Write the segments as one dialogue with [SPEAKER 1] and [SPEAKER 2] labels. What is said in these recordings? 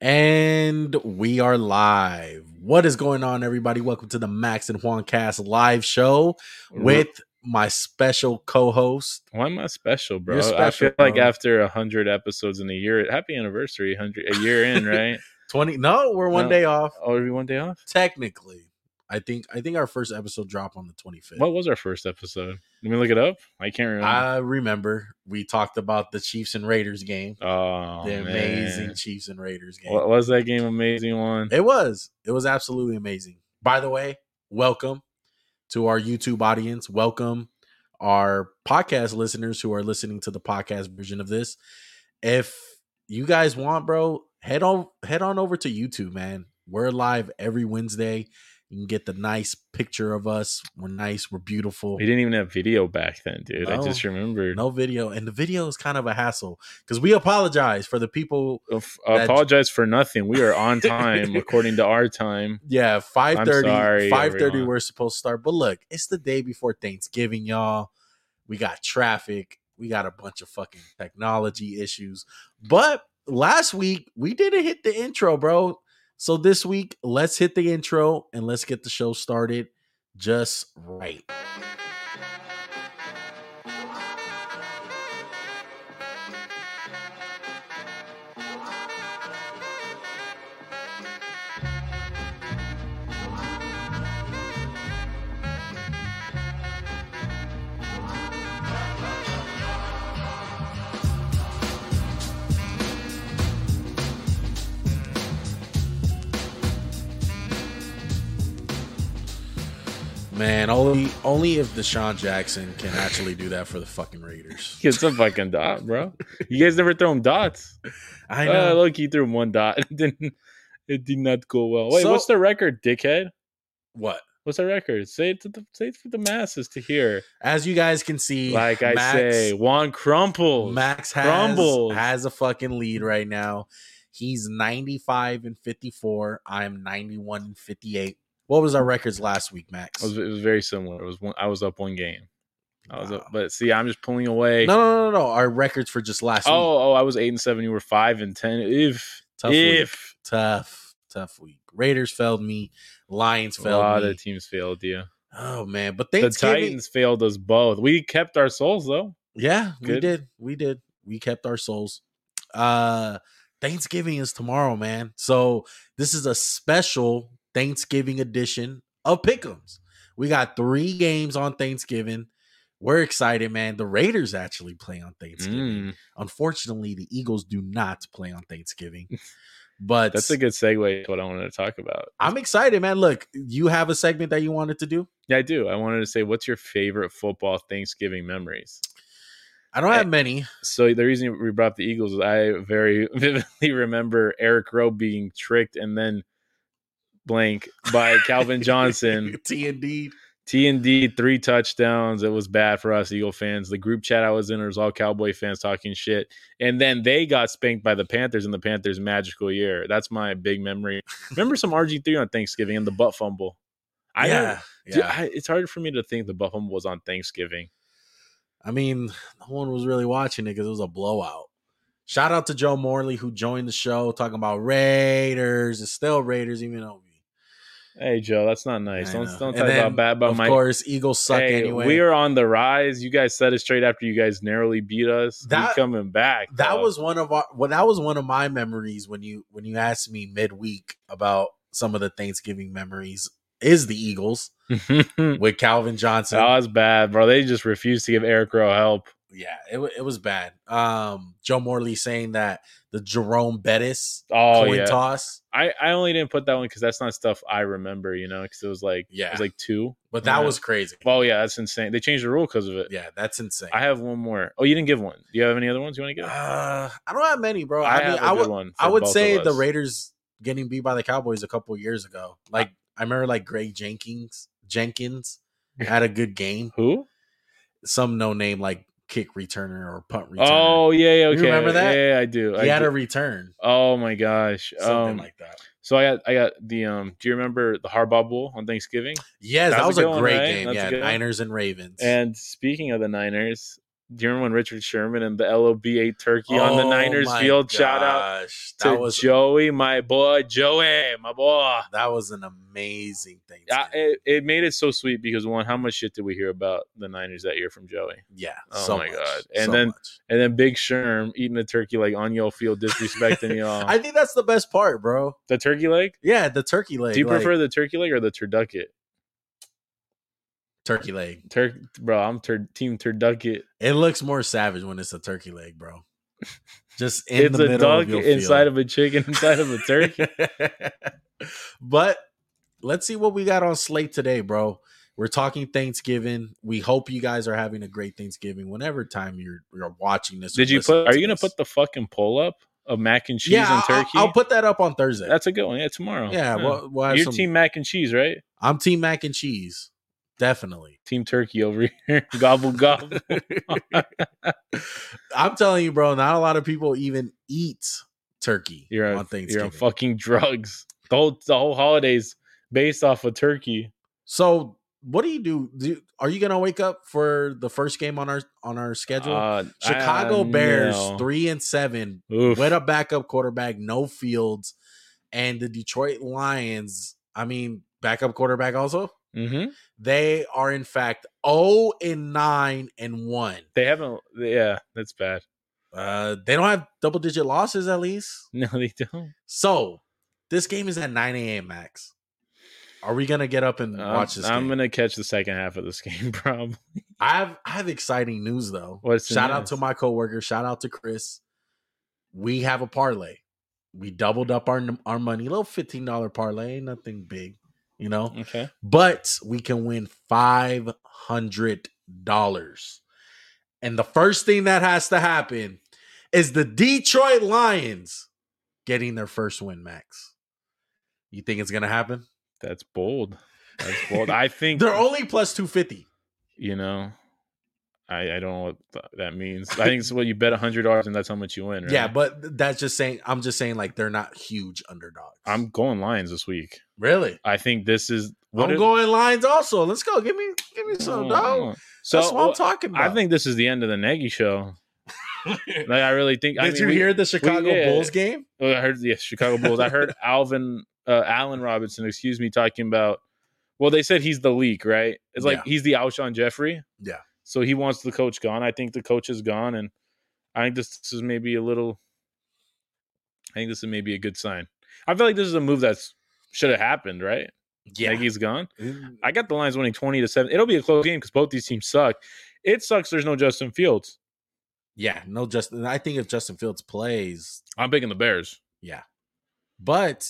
[SPEAKER 1] And we are live. What is going on, everybody? Welcome to the Max and Juan Cast live show with my special co host.
[SPEAKER 2] Why am I special, bro?
[SPEAKER 1] You're
[SPEAKER 2] I
[SPEAKER 1] special,
[SPEAKER 2] feel like
[SPEAKER 1] bro.
[SPEAKER 2] after a hundred episodes in a year, happy anniversary, hundred a year in, right?
[SPEAKER 1] 20. No, we're one
[SPEAKER 2] No.
[SPEAKER 1] day off.
[SPEAKER 2] oh, are we one day off?
[SPEAKER 1] Technically, I think I think our first episode dropped on the 25th.
[SPEAKER 2] What was our first episode? Let me look it up. I can't remember.
[SPEAKER 1] I remember we talked about the Chiefs and Raiders game,
[SPEAKER 2] oh,
[SPEAKER 1] the
[SPEAKER 2] man.
[SPEAKER 1] amazing Chiefs and Raiders game.
[SPEAKER 2] What was that game? Amazing one.
[SPEAKER 1] It was. It was absolutely amazing. By the way, welcome to our YouTube audience. Welcome our podcast listeners who are listening to the podcast version of this. If you guys want, bro, head on head on over to YouTube, man. We're live every Wednesday. You can get the nice picture of us. We're nice. We're beautiful.
[SPEAKER 2] We didn't even have video back then, dude. I
[SPEAKER 1] No.
[SPEAKER 2] just remembered.
[SPEAKER 1] No video, and the video is kind of a hassle because we apologize for the people.
[SPEAKER 2] Af-
[SPEAKER 1] That-
[SPEAKER 2] Uh, apologize for nothing. We are on time according to our time.
[SPEAKER 1] Yeah, 5.30,
[SPEAKER 2] sorry,
[SPEAKER 1] 5.30
[SPEAKER 2] everyone.
[SPEAKER 1] we're supposed to start. But look, it's the day before Thanksgiving, y'all. We got traffic. We got a bunch of fucking technology issues. But last week, we didn't hit the intro, bro. So this week, let's hit the intro and let's get the show started just right. Man, only only if Deshaun Jackson can actually do that for the fucking Raiders.
[SPEAKER 2] It's a fucking dot, bro. You guys never throw 'em dots.
[SPEAKER 1] I
[SPEAKER 2] Uh,
[SPEAKER 1] know.
[SPEAKER 2] look, he threw him one dot. It didn't. It did not go well. Wait,
[SPEAKER 1] So-
[SPEAKER 2] what's the record, dickhead?
[SPEAKER 1] what?
[SPEAKER 2] What's the record? Say it to the say it for the masses to hear.
[SPEAKER 1] As you guys can see,
[SPEAKER 2] Like I
[SPEAKER 1] Max-
[SPEAKER 2] say, Juan crumples.
[SPEAKER 1] Max has
[SPEAKER 2] Crumbles.
[SPEAKER 1] has a fucking lead right now. He's 95 and 54. I'm 91 and 58. What was our records last week, Max?
[SPEAKER 2] It was, it was very similar. It was one. I was up one game. I was
[SPEAKER 1] Wow.
[SPEAKER 2] up, but see, I'm just pulling away.
[SPEAKER 1] No, no, no, no. Our records for just last week.
[SPEAKER 2] oh, oh, I was eight and seven. You were five and ten. If
[SPEAKER 1] Tough
[SPEAKER 2] if
[SPEAKER 1] Tough, tough week. Raiders failed me. Lions
[SPEAKER 2] a lot
[SPEAKER 1] failed me.
[SPEAKER 2] of teams failed you.
[SPEAKER 1] oh man, but
[SPEAKER 2] The
[SPEAKER 1] Thanksgiving.
[SPEAKER 2] Titans failed us both. We kept our souls though.
[SPEAKER 1] Yeah, we
[SPEAKER 2] Good.
[SPEAKER 1] did. We did. We kept our souls. Uh Thanksgiving is tomorrow, man. So this is a special Thanksgiving edition of Pick'ems. We got three games on Thanksgiving. We're excited, man. The Raiders actually play on Thanksgiving.
[SPEAKER 2] Mm,
[SPEAKER 1] Unfortunately, the Eagles do not play on Thanksgiving. But
[SPEAKER 2] that's a good segue. To what I wanted to talk about.
[SPEAKER 1] I'm excited, man. Look, you have a segment that you wanted to do.
[SPEAKER 2] Yeah, I do. I wanted to say, what's your favorite football Thanksgiving memories?
[SPEAKER 1] I don't
[SPEAKER 2] Eh,
[SPEAKER 1] have many.
[SPEAKER 2] So the reason we brought up the Eagles is I very vividly remember Eric Rowe being tricked and then blank by Calvin Johnson.
[SPEAKER 1] T and D.
[SPEAKER 2] T and D three touchdowns. It was bad for us Eagle fans. The group chat I was in there was all Cowboy fans talking shit, and then they got spanked by the Panthers in the Panthers' magical year. That's my big memory. Remember some RG three on Thanksgiving and the butt fumble. I yeah,
[SPEAKER 1] yeah.
[SPEAKER 2] Dude, I, it's hard for me to think the butt fumble was on Thanksgiving.
[SPEAKER 1] I mean, no one was really watching it because it was a blowout. Shout out to Joe Morley who joined the show talking about Raiders. It's still Raiders, even though we.
[SPEAKER 2] Hey Joe, that's not nice.
[SPEAKER 1] I
[SPEAKER 2] Don't
[SPEAKER 1] know.
[SPEAKER 2] don't
[SPEAKER 1] And
[SPEAKER 2] talk
[SPEAKER 1] then,
[SPEAKER 2] about bad about
[SPEAKER 1] Of
[SPEAKER 2] my
[SPEAKER 1] course, Eagles suck
[SPEAKER 2] Hey,
[SPEAKER 1] anyway.
[SPEAKER 2] We are on the rise. You guys said it straight after you guys narrowly beat us.
[SPEAKER 1] That-
[SPEAKER 2] we coming back.
[SPEAKER 1] that
[SPEAKER 2] bro.
[SPEAKER 1] was one of our. Well, that was one of my memories when you when you asked me midweek about some of the Thanksgiving memories. Is the Eagles
[SPEAKER 2] that
[SPEAKER 1] with Calvin Johnson?
[SPEAKER 2] was bad, bro. They just refused to give Eric Rowe help.
[SPEAKER 1] yeah, it, wa- it was bad. Um, Joe Morley saying that the Jerome Bettis
[SPEAKER 2] Oh
[SPEAKER 1] coin
[SPEAKER 2] yeah.
[SPEAKER 1] toss,
[SPEAKER 2] I, I only didn't put that one because that's not stuff I remember, you know, because it was like
[SPEAKER 1] Yeah.
[SPEAKER 2] it was like two.
[SPEAKER 1] but that
[SPEAKER 2] Yeah.
[SPEAKER 1] was crazy.
[SPEAKER 2] Oh yeah, that's insane. They changed the rule because of it.
[SPEAKER 1] Yeah, that's insane.
[SPEAKER 2] I have one more. Oh, you didn't give one. Do you have any other ones you want to give?
[SPEAKER 1] Uh, I don't have many, bro.
[SPEAKER 2] I,
[SPEAKER 1] I, mean,
[SPEAKER 2] have a
[SPEAKER 1] I
[SPEAKER 2] good
[SPEAKER 1] would
[SPEAKER 2] one.
[SPEAKER 1] I
[SPEAKER 2] for
[SPEAKER 1] would
[SPEAKER 2] both
[SPEAKER 1] say
[SPEAKER 2] of
[SPEAKER 1] the
[SPEAKER 2] us.
[SPEAKER 1] Raiders getting beat by the Cowboys a couple years ago. Like I remember, like Greg Jenkins Jenkins had a good game.
[SPEAKER 2] Who?
[SPEAKER 1] Some no name like kick returner or punt returner.
[SPEAKER 2] Oh yeah, yeah, okay.
[SPEAKER 1] remember that?
[SPEAKER 2] Yeah, yeah, I do. I
[SPEAKER 1] he had
[SPEAKER 2] do.
[SPEAKER 1] a return,
[SPEAKER 2] oh my gosh.
[SPEAKER 1] something
[SPEAKER 2] um,
[SPEAKER 1] like that.
[SPEAKER 2] So I got I got the um. Do you remember the Harbaugh Bowl on Thanksgiving?
[SPEAKER 1] Yes,
[SPEAKER 2] that's
[SPEAKER 1] that
[SPEAKER 2] a
[SPEAKER 1] was a,
[SPEAKER 2] good one,
[SPEAKER 1] great
[SPEAKER 2] right?
[SPEAKER 1] game.
[SPEAKER 2] That's a
[SPEAKER 1] yeah,
[SPEAKER 2] good one.
[SPEAKER 1] Niners and Ravens.
[SPEAKER 2] And speaking of the Niners, Do you remember when Richard Sherman and the LOB8 turkey on the
[SPEAKER 1] Oh
[SPEAKER 2] Niners
[SPEAKER 1] my
[SPEAKER 2] field? Shout out
[SPEAKER 1] gosh,
[SPEAKER 2] to
[SPEAKER 1] That was
[SPEAKER 2] Joey, my boy, Joey, my boy.
[SPEAKER 1] that was an amazing thing.
[SPEAKER 2] I, it, it made it so sweet because one, how much shit did we hear about the Niners that year from Joey?
[SPEAKER 1] yeah.
[SPEAKER 2] Oh
[SPEAKER 1] so
[SPEAKER 2] my
[SPEAKER 1] much,
[SPEAKER 2] God. And
[SPEAKER 1] so
[SPEAKER 2] then-
[SPEAKER 1] much.
[SPEAKER 2] And then Big Sherm eating a turkey like on your field, disrespecting y'all.
[SPEAKER 1] I think that's the best part, bro.
[SPEAKER 2] the turkey leg?
[SPEAKER 1] Yeah, the turkey leg.
[SPEAKER 2] Do you
[SPEAKER 1] like-
[SPEAKER 2] prefer the turkey leg or the turducket?
[SPEAKER 1] turkey leg?
[SPEAKER 2] Turk, bro, I'm tur- team turducket.
[SPEAKER 1] It looks more savage when it's a turkey leg, bro. Just in
[SPEAKER 2] It's
[SPEAKER 1] the
[SPEAKER 2] a
[SPEAKER 1] middle
[SPEAKER 2] duck
[SPEAKER 1] of your
[SPEAKER 2] inside
[SPEAKER 1] field.
[SPEAKER 2] of a chicken inside of a turkey.
[SPEAKER 1] but let's see what we got on slate today, bro. We're talking Thanksgiving. We hope you guys are having a great Thanksgiving. Whenever time you're you're watching this, or
[SPEAKER 2] Did you
[SPEAKER 1] listening
[SPEAKER 2] put? Are you gonna
[SPEAKER 1] this.
[SPEAKER 2] put the fucking pull up of mac and cheese
[SPEAKER 1] yeah,
[SPEAKER 2] and
[SPEAKER 1] I'll-
[SPEAKER 2] turkey?
[SPEAKER 1] I'll, put that up on Thursday.
[SPEAKER 2] That's a good one. Yeah, tomorrow.
[SPEAKER 1] yeah, well, we'll have
[SPEAKER 2] your
[SPEAKER 1] some-
[SPEAKER 2] team mac and cheese, right?
[SPEAKER 1] I'm team mac and cheese, definitely.
[SPEAKER 2] Team turkey over here. gobble gobble.
[SPEAKER 1] I'm telling you, bro. Not a lot of people even eat turkey
[SPEAKER 2] You're on,
[SPEAKER 1] on Thanksgiving.
[SPEAKER 2] you're on fucking drugs. The whole the whole holidays based off of turkey.
[SPEAKER 1] So what do you do? do? Are you gonna wake up for the first game on our on our schedule?
[SPEAKER 2] Uh, I-
[SPEAKER 1] Chicago
[SPEAKER 2] uh,
[SPEAKER 1] Bears
[SPEAKER 2] no.
[SPEAKER 1] three and seven
[SPEAKER 2] Oof.
[SPEAKER 1] with a backup quarterback, no Fields, and the Detroit Lions. I mean, backup quarterback also.
[SPEAKER 2] Mhm.
[SPEAKER 1] They are in fact zero and nine and one.
[SPEAKER 2] They haven't. Yeah, that's bad.
[SPEAKER 1] Uh, they don't have double digit losses at least.
[SPEAKER 2] No, they don't.
[SPEAKER 1] So this game is at nine a.m. Max. Are we gonna get up and
[SPEAKER 2] I'm-
[SPEAKER 1] watch this?
[SPEAKER 2] Uh, I'm
[SPEAKER 1] game?
[SPEAKER 2] gonna catch the second half of this game, probably.
[SPEAKER 1] I have I have exciting news though.
[SPEAKER 2] What's the
[SPEAKER 1] shout out
[SPEAKER 2] news?
[SPEAKER 1] to my coworker. Shout out to Chris. We have a parlay. We doubled up our our money. Little fifteen dollar parlay, ain't nothing big, you know.
[SPEAKER 2] Okay.
[SPEAKER 1] But we can win five hundred dollars. And the first thing that has to happen is the Detroit Lions getting their first win. Max, you think it's gonna happen?
[SPEAKER 2] That's bold. That's bold. I think
[SPEAKER 1] They're only plus two fifty.
[SPEAKER 2] you know. I, I don't know what th- that means. I think it's what you bet hundred dollars and that's how much you win. Right?
[SPEAKER 1] Yeah, but that's just saying. I'm just saying, like they're not huge underdogs.
[SPEAKER 2] I'm going Lions this week.
[SPEAKER 1] Really?
[SPEAKER 2] I think this is
[SPEAKER 1] I'm
[SPEAKER 2] if-
[SPEAKER 1] going lines also. Let's go. Give me give me some dog.
[SPEAKER 2] So
[SPEAKER 1] That's what I'm
[SPEAKER 2] well,
[SPEAKER 1] talking about.
[SPEAKER 2] I think this is the end of the Nagy show. Like I really think.
[SPEAKER 1] Did
[SPEAKER 2] I mean,
[SPEAKER 1] you
[SPEAKER 2] we-
[SPEAKER 1] hear the Chicago
[SPEAKER 2] yeah.
[SPEAKER 1] Bulls game?
[SPEAKER 2] Oh, I heard yes, Chicago Bulls. I heard Alvin uh, Allen Robinson, excuse me, talking about. Well, they said he's the leak, right? It's like
[SPEAKER 1] Yeah.
[SPEAKER 2] he's the Alshon Jeffrey.
[SPEAKER 1] Yeah.
[SPEAKER 2] So he wants the coach gone. I think the coach is gone, and I think this, this is maybe a little. I think this is maybe a good sign. I feel like this is a move that's should have happened, right? Nagy's gone. I got the Lions winning twenty to seven. It'll be a close game because both these teams suck. It sucks. There's no Justin Fields.
[SPEAKER 1] yeah, no Justin. I think if Justin Fields plays,
[SPEAKER 2] I'm picking the Bears.
[SPEAKER 1] but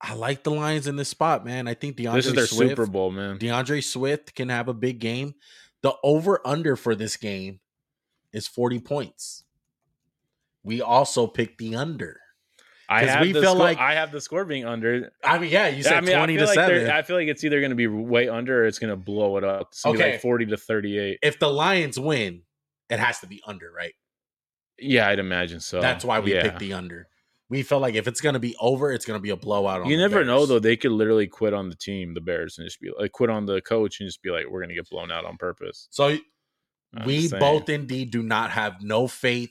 [SPEAKER 1] I like the Lions in this spot, man. I think DeAndre
[SPEAKER 2] this is their
[SPEAKER 1] Swift,
[SPEAKER 2] Super Bowl, man.
[SPEAKER 1] DeAndre Swift can have a big game. The over under for this game is 40 points. We also picked the under.
[SPEAKER 2] I
[SPEAKER 1] 'Cause
[SPEAKER 2] have
[SPEAKER 1] we
[SPEAKER 2] the
[SPEAKER 1] feel
[SPEAKER 2] score-
[SPEAKER 1] like-
[SPEAKER 2] I have the score being under.
[SPEAKER 1] I mean, yeah, you said
[SPEAKER 2] I mean,
[SPEAKER 1] 20
[SPEAKER 2] I
[SPEAKER 1] to
[SPEAKER 2] feel like
[SPEAKER 1] 7.
[SPEAKER 2] they're- I feel like it's either going to be way under or it's going to blow it up. It's gonna be
[SPEAKER 1] Okay.
[SPEAKER 2] like forty to thirty-eight.
[SPEAKER 1] if the Lions win, it has to be under, right?
[SPEAKER 2] Yeah, I'd imagine so.
[SPEAKER 1] That's why we
[SPEAKER 2] yeah.
[SPEAKER 1] picked the under. We felt like if it's gonna be over, it's gonna be a blowout. On
[SPEAKER 2] You
[SPEAKER 1] the
[SPEAKER 2] never know
[SPEAKER 1] Bears.
[SPEAKER 2] though; they could literally quit on the team, the Bears, and just be like, quit on the coach and just be like, "We're going to get blown out on purpose."
[SPEAKER 1] So
[SPEAKER 2] I'm
[SPEAKER 1] we
[SPEAKER 2] just saying.
[SPEAKER 1] both indeed do not have no faith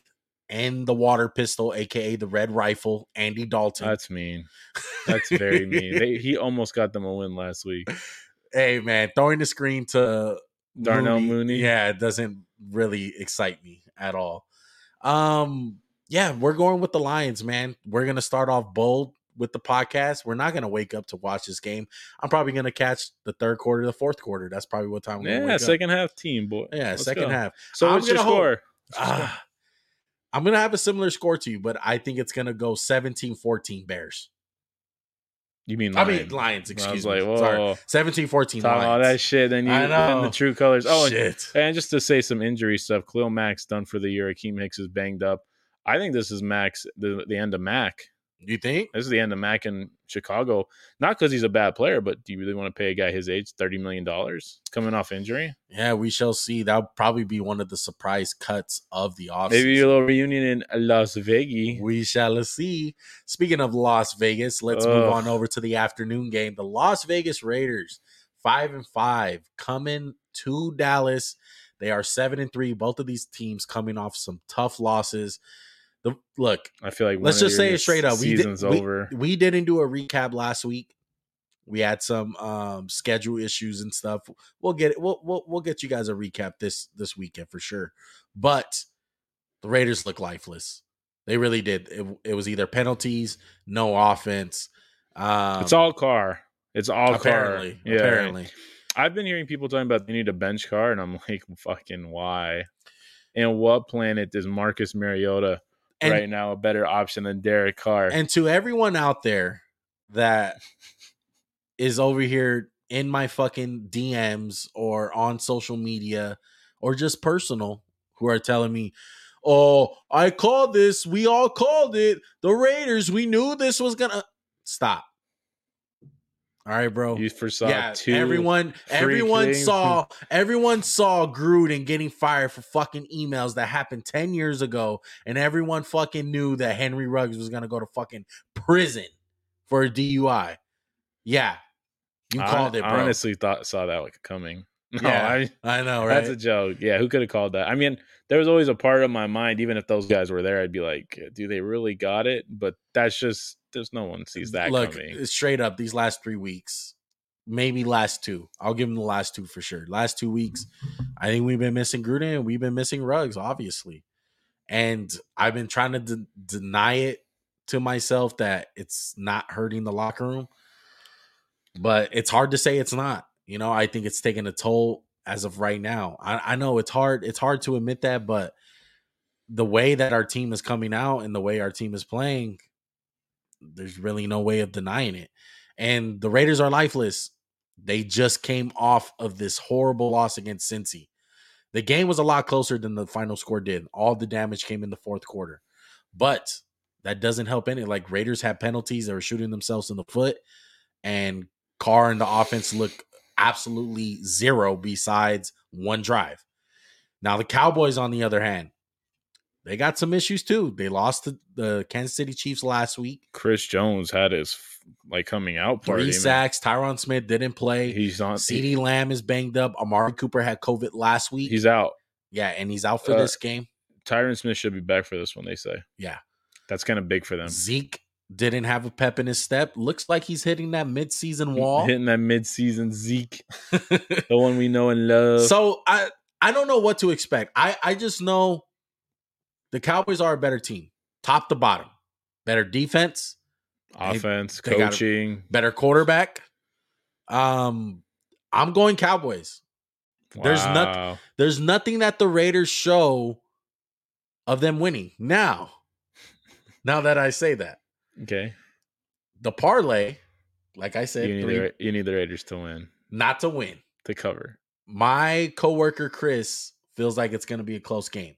[SPEAKER 1] in the water pistol, aka the red rifle, Andy Dalton.
[SPEAKER 2] That's mean. That's very mean. They, he almost got them a win last week.
[SPEAKER 1] hey man, throwing the screen to
[SPEAKER 2] Darnell Mooney.
[SPEAKER 1] Yeah, it doesn't really excite me at all. Um, yeah, we're going with the Lions, man. We're gonna start off bold with the podcast. We're not gonna wake up to watch this game. I'm probably gonna catch the third quarter, the fourth quarter. That's probably what time we're gonna
[SPEAKER 2] Yeah,
[SPEAKER 1] wake up.
[SPEAKER 2] second half team boy.
[SPEAKER 1] Yeah,
[SPEAKER 2] Let's
[SPEAKER 1] second
[SPEAKER 2] go.
[SPEAKER 1] half.
[SPEAKER 2] So
[SPEAKER 1] I'm
[SPEAKER 2] what's your
[SPEAKER 1] gonna hope-
[SPEAKER 2] score?
[SPEAKER 1] Ah, I'm gonna have a similar score to you, but I think it's gonna go 17-14 Bears.
[SPEAKER 2] You mean
[SPEAKER 1] I mean
[SPEAKER 2] Lions.
[SPEAKER 1] Lions,
[SPEAKER 2] I
[SPEAKER 1] excuse
[SPEAKER 2] was like,
[SPEAKER 1] me.
[SPEAKER 2] whoa.
[SPEAKER 1] Sorry. 17-14
[SPEAKER 2] Talking all that
[SPEAKER 1] Lions.
[SPEAKER 2] shit, then you
[SPEAKER 1] I
[SPEAKER 2] then
[SPEAKER 1] know.
[SPEAKER 2] the true colors. Oh, and,
[SPEAKER 1] Shit.
[SPEAKER 2] and just to say some injury stuff, Khalil Mack's done for the year. Akeem Hicks is banged up. I think this is Max the, the end of Mac.
[SPEAKER 1] You think?
[SPEAKER 2] This is the end of Mac in Chicago. Not because he's a bad player, but do you really want to pay a guy his age thirty million dollars coming off injury?
[SPEAKER 1] Yeah, we shall see. That'll probably be one of the surprise cuts of the offseason.
[SPEAKER 2] Maybe a little reunion in Las Vegas.
[SPEAKER 1] We shall see. Speaking of Las Vegas, let's move
[SPEAKER 2] Ugh.
[SPEAKER 1] on over to the afternoon game. The Las Vegas Raiders, five and five, coming to Dallas. They are seven and three. Both of these teams coming off some tough losses. The look,
[SPEAKER 2] I feel like one
[SPEAKER 1] let's
[SPEAKER 2] of
[SPEAKER 1] just
[SPEAKER 2] your
[SPEAKER 1] say it straight up. We, did,
[SPEAKER 2] Season's
[SPEAKER 1] we, Um,
[SPEAKER 2] over.
[SPEAKER 1] we didn't do a recap last week. We had some um, schedule issues and stuff. We'll get it. We'll, we'll we'll get you guys a recap this this weekend for sure. But the Raiders look lifeless. They really did. It, it was either penalties, no offense. Um,
[SPEAKER 2] it's all car. It's all
[SPEAKER 1] apparently.
[SPEAKER 2] car. Yeah.
[SPEAKER 1] Apparently,
[SPEAKER 2] I've been hearing people talking about they need a bench car, and I'm like, fucking why? And what planet is Marcus Mariota
[SPEAKER 1] And-
[SPEAKER 2] right now a better option than Derek Carr?
[SPEAKER 1] And to everyone out there that is over here in my fucking DMs or on social media or just personal who are telling me, oh, I called this. We all called it. The Raiders, we knew this was going to stop. All right, bro.
[SPEAKER 2] you foresaw
[SPEAKER 1] oh, yeah,
[SPEAKER 2] two.
[SPEAKER 1] everyone, everyone
[SPEAKER 2] freaking-
[SPEAKER 1] saw, everyone saw Gruden getting fired for fucking emails that happened ten years ago, and everyone fucking knew that Henry Ruggs was gonna go to fucking prison for a DUI. Yeah, you
[SPEAKER 2] I
[SPEAKER 1] called it, bro.
[SPEAKER 2] honestly thought saw that like coming. No,
[SPEAKER 1] Yeah,
[SPEAKER 2] I,
[SPEAKER 1] I know, right?
[SPEAKER 2] that's a joke. Yeah, who could have called that? I mean, there was always a part of my mind, even if those guys were there, I'd be like, do they really got it? But that's just there's no one sees that
[SPEAKER 1] Look, uh,
[SPEAKER 2] coming.
[SPEAKER 1] straight up, these last three weeks, maybe last two. I'll give them the last two for sure. Last two weeks, I think we've been missing Gruden and we've been missing Ruggs, obviously. And I've been trying to de- deny it to myself that it's not hurting the locker room, but it's hard to say it's not. You know, I think it's taking a toll as of right now. I, I know it's hard. It's hard to admit that, but the way that our team is coming out and the way our team is playing, there's really no way of denying it. And the Raiders are lifeless. They just came off of this horrible loss against Cincy. The game was a lot closer than the final score did. All the damage came in the fourth quarter. But that doesn't help any. Like Raiders had penalties, they were shooting themselves in the foot, and Carr and the offense look absolutely zero besides one drive. Now the Cowboys, on the other hand, they got some issues too. They lost to the Kansas City Chiefs last week.
[SPEAKER 2] Chris Jones had his like coming out party.
[SPEAKER 1] Three
[SPEAKER 2] man.
[SPEAKER 1] sacks. Tyron Smith didn't play.
[SPEAKER 2] He's not.
[SPEAKER 1] CD Lamb is banged up. Amari Cooper had COVID last week.
[SPEAKER 2] He's out.
[SPEAKER 1] yeah, and he's out for
[SPEAKER 2] Uh,
[SPEAKER 1] this game.
[SPEAKER 2] Tyron Smith should be back for this one. They say.
[SPEAKER 1] Yeah.
[SPEAKER 2] that's kind of big for them.
[SPEAKER 1] Zeke didn't have a pep in his step. Looks like he's hitting that midseason wall.
[SPEAKER 2] Hitting that midseason Zeke, the one we know and love.
[SPEAKER 1] so I I don't know what to expect. I I just know the Cowboys are a better team, top to bottom. Better defense,
[SPEAKER 2] Offense,
[SPEAKER 1] they gotta-
[SPEAKER 2] coaching.
[SPEAKER 1] better quarterback. Um I'm going Cowboys. There's noth-
[SPEAKER 2] Wow.
[SPEAKER 1] There's nothing that the Raiders show of them winning. Now, now that I say that,
[SPEAKER 2] Okay,
[SPEAKER 1] the parlay, like I
[SPEAKER 2] you
[SPEAKER 1] said,
[SPEAKER 2] need,
[SPEAKER 1] three,
[SPEAKER 2] the, Ra- you need the Raiders to win
[SPEAKER 1] not to win.
[SPEAKER 2] to cover.
[SPEAKER 1] My coworker Chris feels like it's going to be a close game.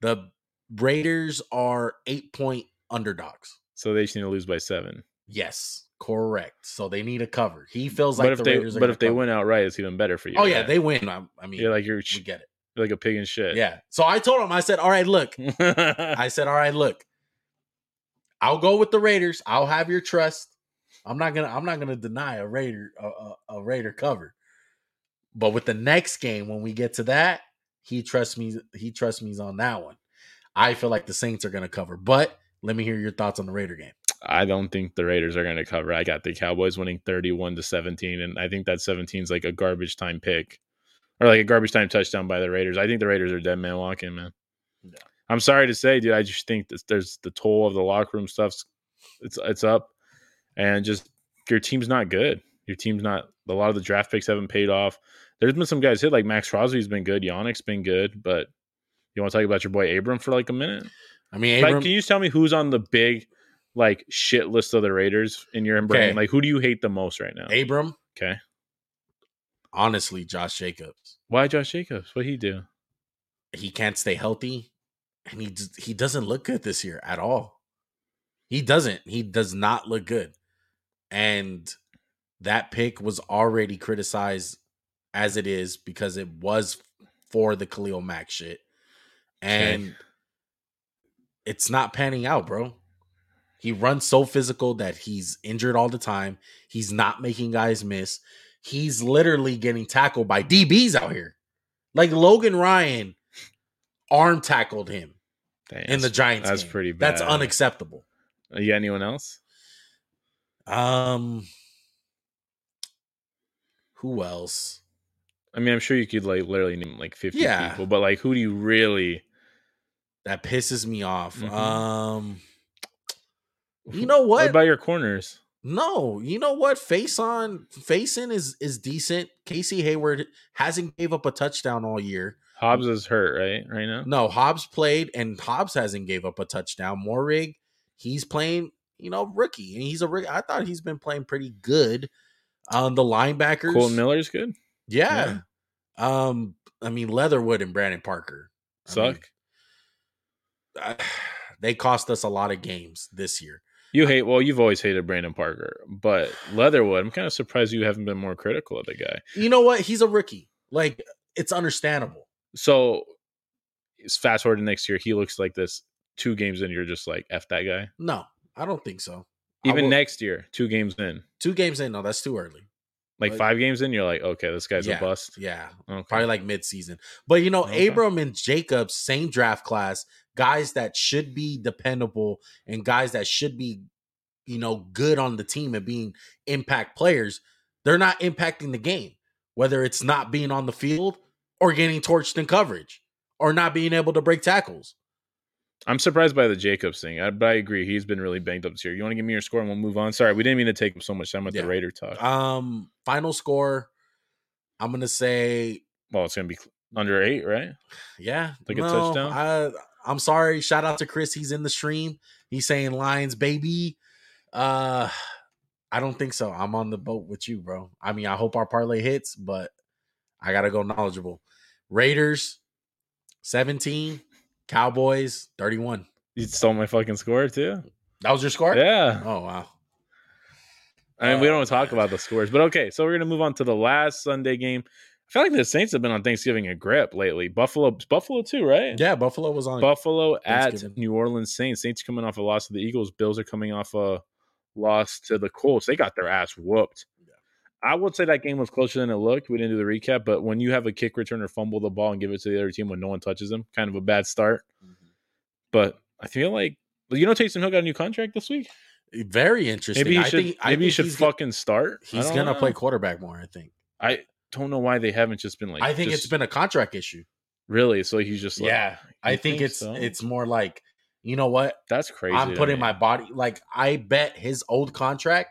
[SPEAKER 1] The Raiders are eight point underdogs.
[SPEAKER 2] So they just need to lose by seven.
[SPEAKER 1] Yes, correct. So they need a cover. He feels like
[SPEAKER 2] Mm, but if
[SPEAKER 1] the
[SPEAKER 2] they
[SPEAKER 1] Raiders are
[SPEAKER 2] but
[SPEAKER 1] gonna
[SPEAKER 2] if they
[SPEAKER 1] cover.
[SPEAKER 2] win outright, it's even better for you.
[SPEAKER 1] oh yeah, they win. I, I mean,
[SPEAKER 2] you're like you're
[SPEAKER 1] we
[SPEAKER 2] sh-
[SPEAKER 1] get it.
[SPEAKER 2] like a pig in shit.
[SPEAKER 1] Yeah. So I told him, I said, all right, look,
[SPEAKER 2] Yeah,
[SPEAKER 1] I said, "All right, look, I'll go with the Raiders. I'll have your trust. I'm not gonna I'm not gonna deny a Raider a, a, a Raider cover, but with the next game when we get to that, he trusts me. He trusts me on that one. I feel like the Saints are gonna cover, but let me hear your thoughts on the Raider game.
[SPEAKER 2] I don't think the Raiders are going to cover. I got the Cowboys winning 31 to 17, and I think that 17 is like a garbage time pick or like a garbage time touchdown by the Raiders. I think the Raiders are dead man walking, man.
[SPEAKER 1] Yeah.
[SPEAKER 2] I'm sorry to say, dude. I just think that there's the toll of the locker room stuff's it's it's up, and just your team's not good. Your team's not. A lot of the draft picks haven't paid off. There's been some guys hit like Max Crosby's been good, Yannick's been good, but you want to talk about your boy Abram for like a minute?
[SPEAKER 1] I mean, Abram,
[SPEAKER 2] Like, can you just tell me who's on the big like shit list of the Raiders in your brain?
[SPEAKER 1] Okay.
[SPEAKER 2] Like, who do you hate the most right now?
[SPEAKER 1] Abram,
[SPEAKER 2] Okay,
[SPEAKER 1] honestly, Josh Jacobs,
[SPEAKER 2] why Josh Jacobs? What he do?
[SPEAKER 1] he can't stay healthy, and he just, he doesn't look good this year at all. He doesn't. He does not look good. And that pick was already criticized as it is because it was for the Khalil Mack shit. And it's not panning out, bro. He runs so physical that he's injured all the time. He's not making guys miss. He's literally getting tackled by DBs out here. Like Logan Ryan arm tackled him
[SPEAKER 2] Dang,
[SPEAKER 1] in the Giants.
[SPEAKER 2] that's
[SPEAKER 1] game.
[SPEAKER 2] pretty
[SPEAKER 1] That's
[SPEAKER 2] bad.
[SPEAKER 1] unacceptable.
[SPEAKER 2] you got anyone else?
[SPEAKER 1] Um, who else?
[SPEAKER 2] I mean, I'm sure you could like literally name like 50
[SPEAKER 1] Yeah.
[SPEAKER 2] people, but like, who do you really?
[SPEAKER 1] That pisses me off.
[SPEAKER 2] Mhm.
[SPEAKER 1] Um, you know what?
[SPEAKER 2] What about your corners?
[SPEAKER 1] No, you know what? Face on face in is is decent. Casey Hayward hasn't gave up a touchdown all year.
[SPEAKER 2] Hobbs is hurt, right? Right now.
[SPEAKER 1] No, Hobbs played and Hobbs hasn't gave up a touchdown. Morrig, he's playing, you know, rookie. And he's a rookie. I thought he's been playing pretty good. Um the linebackers.
[SPEAKER 2] Colton Miller's good.
[SPEAKER 1] Yeah. Um, I mean Leatherwood and Brandon Parker. I mean,
[SPEAKER 2] Suck.
[SPEAKER 1] I- they cost us a lot of games this year.
[SPEAKER 2] You hate. Well, you've always hated Brandon Parker, but Leatherwood. I'm kind of surprised you haven't been more critical of the guy.
[SPEAKER 1] You know what? He's a rookie. Like it's understandable.
[SPEAKER 2] So, it's fast forward to next year, he looks like this. Two games in, you're just like f that guy.
[SPEAKER 1] No, I don't think so. I
[SPEAKER 2] Even
[SPEAKER 1] will-
[SPEAKER 2] next year, two games in,
[SPEAKER 1] two games in. No, that's too early.
[SPEAKER 2] like
[SPEAKER 1] Like-
[SPEAKER 2] five games in, you're like, okay, this guy's
[SPEAKER 1] Yeah.
[SPEAKER 2] a bust.
[SPEAKER 1] Yeah,
[SPEAKER 2] Okay.
[SPEAKER 1] probably like mid-season. But you know,
[SPEAKER 2] Okay.
[SPEAKER 1] Abram and Jacobs, same draft class, guys that should be dependable and guys that should be, you know, good on the team and being impact players. They're not impacting the game, whether it's not being on the field or getting torched in coverage or not being able to break tackles.
[SPEAKER 2] I'm surprised by the Jacobs thing, I, but I agree. He's been really banged up this year. You want to give me your score and we'll move on? Sorry, we didn't mean to take up so much time with
[SPEAKER 1] Yeah.
[SPEAKER 2] the Raider talk.
[SPEAKER 1] Um, final score, I'm gonna say
[SPEAKER 2] well, it's going to be under eight, right?
[SPEAKER 1] Yeah,
[SPEAKER 2] Like a touchdown?
[SPEAKER 1] I, I'm sorry. Shout out to Chris. He's in the stream. He's saying Lions, baby. Uh, I don't think so. I'm on the boat with you, bro. I mean, I hope our parlay hits, but I gotta go knowledgeable. Raiders, 17. Cowboys, 31.
[SPEAKER 2] You stole my fucking score too.
[SPEAKER 1] That was your score.
[SPEAKER 2] Yeah.
[SPEAKER 1] Oh wow.
[SPEAKER 2] I mean, we
[SPEAKER 1] Oh,
[SPEAKER 2] don't talk
[SPEAKER 1] man.
[SPEAKER 2] about the scores, but okay. So we're going to move on to the last Sunday game. I feel like the Saints have been on Thanksgiving a grip lately. Buffalo, Buffalo too, right?
[SPEAKER 1] Yeah, Buffalo was on.
[SPEAKER 2] Buffalo at
[SPEAKER 1] Thanksgiving.
[SPEAKER 2] New Orleans Saints. Saints coming off a loss to the Eagles. Bills are coming off a loss to the Colts. They got their ass whooped. I would say that game was closer than it looked. We didn't do the recap, but when you have a kick return or fumble the ball and give it to the other team when no one touches them, kind of a bad start. But I feel like well, you know Taysom Hill got a new contract this week.
[SPEAKER 1] Eh, Very interesting.
[SPEAKER 2] Maybe he
[SPEAKER 1] I
[SPEAKER 2] should.
[SPEAKER 1] think, I
[SPEAKER 2] maybe he
[SPEAKER 1] think
[SPEAKER 2] should
[SPEAKER 1] he's,
[SPEAKER 2] fucking start. I
[SPEAKER 1] He's
[SPEAKER 2] don't
[SPEAKER 1] gonna
[SPEAKER 2] know.
[SPEAKER 1] play quarterback more. I think.
[SPEAKER 2] I don't know why they haven't just been like.
[SPEAKER 1] I think
[SPEAKER 2] just
[SPEAKER 1] it's been a contract issue.
[SPEAKER 2] really. So he's just like,
[SPEAKER 1] yeah, I
[SPEAKER 2] You
[SPEAKER 1] think,
[SPEAKER 2] think
[SPEAKER 1] it's
[SPEAKER 2] so?
[SPEAKER 1] it's more like you know what
[SPEAKER 2] that's crazy.
[SPEAKER 1] I'm
[SPEAKER 2] to
[SPEAKER 1] putting
[SPEAKER 2] me.
[SPEAKER 1] my body like I bet his old contract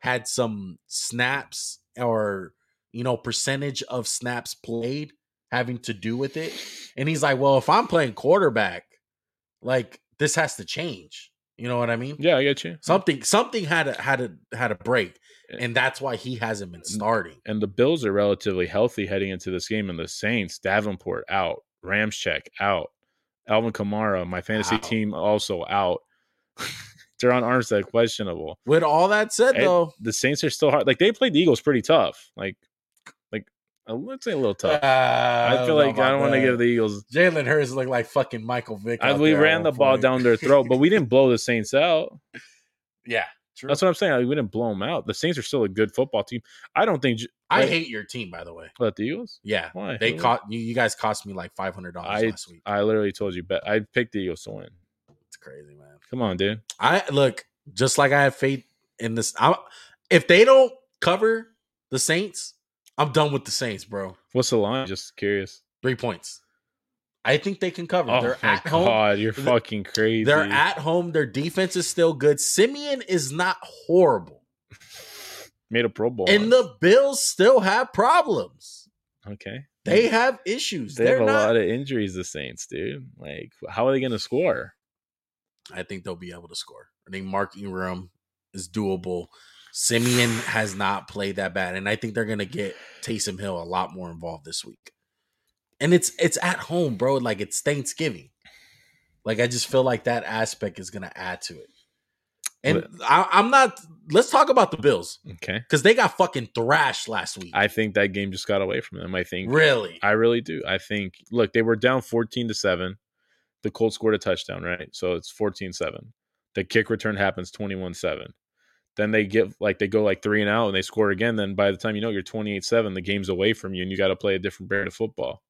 [SPEAKER 1] had some snaps or you know percentage of snaps played having to do with it, and he's like, well, if I'm playing quarterback, like this has to change. You know what I mean?
[SPEAKER 2] Yeah, I get you.
[SPEAKER 1] Something something had a had a had a break,
[SPEAKER 2] Yeah.
[SPEAKER 1] and that's why he hasn't
[SPEAKER 2] Mm.
[SPEAKER 1] been starting.
[SPEAKER 2] and the Bills are relatively healthy heading into this game, and the Saints, Davenport out, Ramchek out, Alvin Kamara, my fantasy
[SPEAKER 1] Out.
[SPEAKER 2] team also out. Teron Armstead questionable.
[SPEAKER 1] With all that said,
[SPEAKER 2] It-
[SPEAKER 1] though,
[SPEAKER 2] The Saints are still hard. Like they played the Eagles pretty tough. Like, like uh, let's say a little tough. I feel like I don't want to give the Eagles.
[SPEAKER 1] Jalen Hurts looked like fucking Michael Vick.
[SPEAKER 2] I,
[SPEAKER 1] out
[SPEAKER 2] we
[SPEAKER 1] there at
[SPEAKER 2] ran
[SPEAKER 1] one
[SPEAKER 2] the ball
[SPEAKER 1] point.
[SPEAKER 2] down their throat, but we didn't blow the Saints out.
[SPEAKER 1] yeah, true.
[SPEAKER 2] That's what I'm saying. Like, we didn't blow them out. The Saints are still a good football team. I don't think. J-
[SPEAKER 1] I
[SPEAKER 2] Wait.
[SPEAKER 1] hate your team, by the way.
[SPEAKER 2] What, the Eagles.
[SPEAKER 1] Yeah,
[SPEAKER 2] Why?
[SPEAKER 1] they
[SPEAKER 2] Who-
[SPEAKER 1] caught you. You guys cost me like five hundred dollars last week.
[SPEAKER 2] I literally told you, bet I picked the Eagles to win.
[SPEAKER 1] It's crazy, man.
[SPEAKER 2] Come on, dude.
[SPEAKER 1] I look just like I have faith in this. I'm, if they don't cover the Saints, I'm done with the Saints, bro.
[SPEAKER 2] What's the line? Just curious.
[SPEAKER 1] Three points. I think they can cover.
[SPEAKER 2] Oh
[SPEAKER 1] They're
[SPEAKER 2] my
[SPEAKER 1] at home.
[SPEAKER 2] god, you're
[SPEAKER 1] Th-
[SPEAKER 2] fucking crazy.
[SPEAKER 1] They're at home. Their defense is still good. Simeon is not horrible,
[SPEAKER 2] made a Pro Bowl.
[SPEAKER 1] and the Bills still have problems.
[SPEAKER 2] okay,
[SPEAKER 1] They have issues.
[SPEAKER 2] they
[SPEAKER 1] They are
[SPEAKER 2] have a
[SPEAKER 1] not.
[SPEAKER 2] lot of injuries. The Saints, dude. Like, how are they gonna score?
[SPEAKER 1] I think they'll be able to score. I think Mark Ingram is doable. Simeon has not played that bad, and I think they're gonna get Taysom Hill a lot more involved this week. And it's it's at home, bro. Like it's Thanksgiving. Like I just feel like that aspect is gonna add to it. And I, I'm not. Let's talk about the Bills
[SPEAKER 2] Okay,
[SPEAKER 1] because they got fucking thrashed last week.
[SPEAKER 2] I think that game just got away from them. I think
[SPEAKER 1] really.
[SPEAKER 2] I really do. I think look, they were down 14 to 7. The Colts scored a touchdown, right? So it's 14-7. The kick return happens 21-7. Then they give like they go like 3 and out and they score again, then by the time you know it, you're 28-7, the game's away from you and you got to play a different brand of football.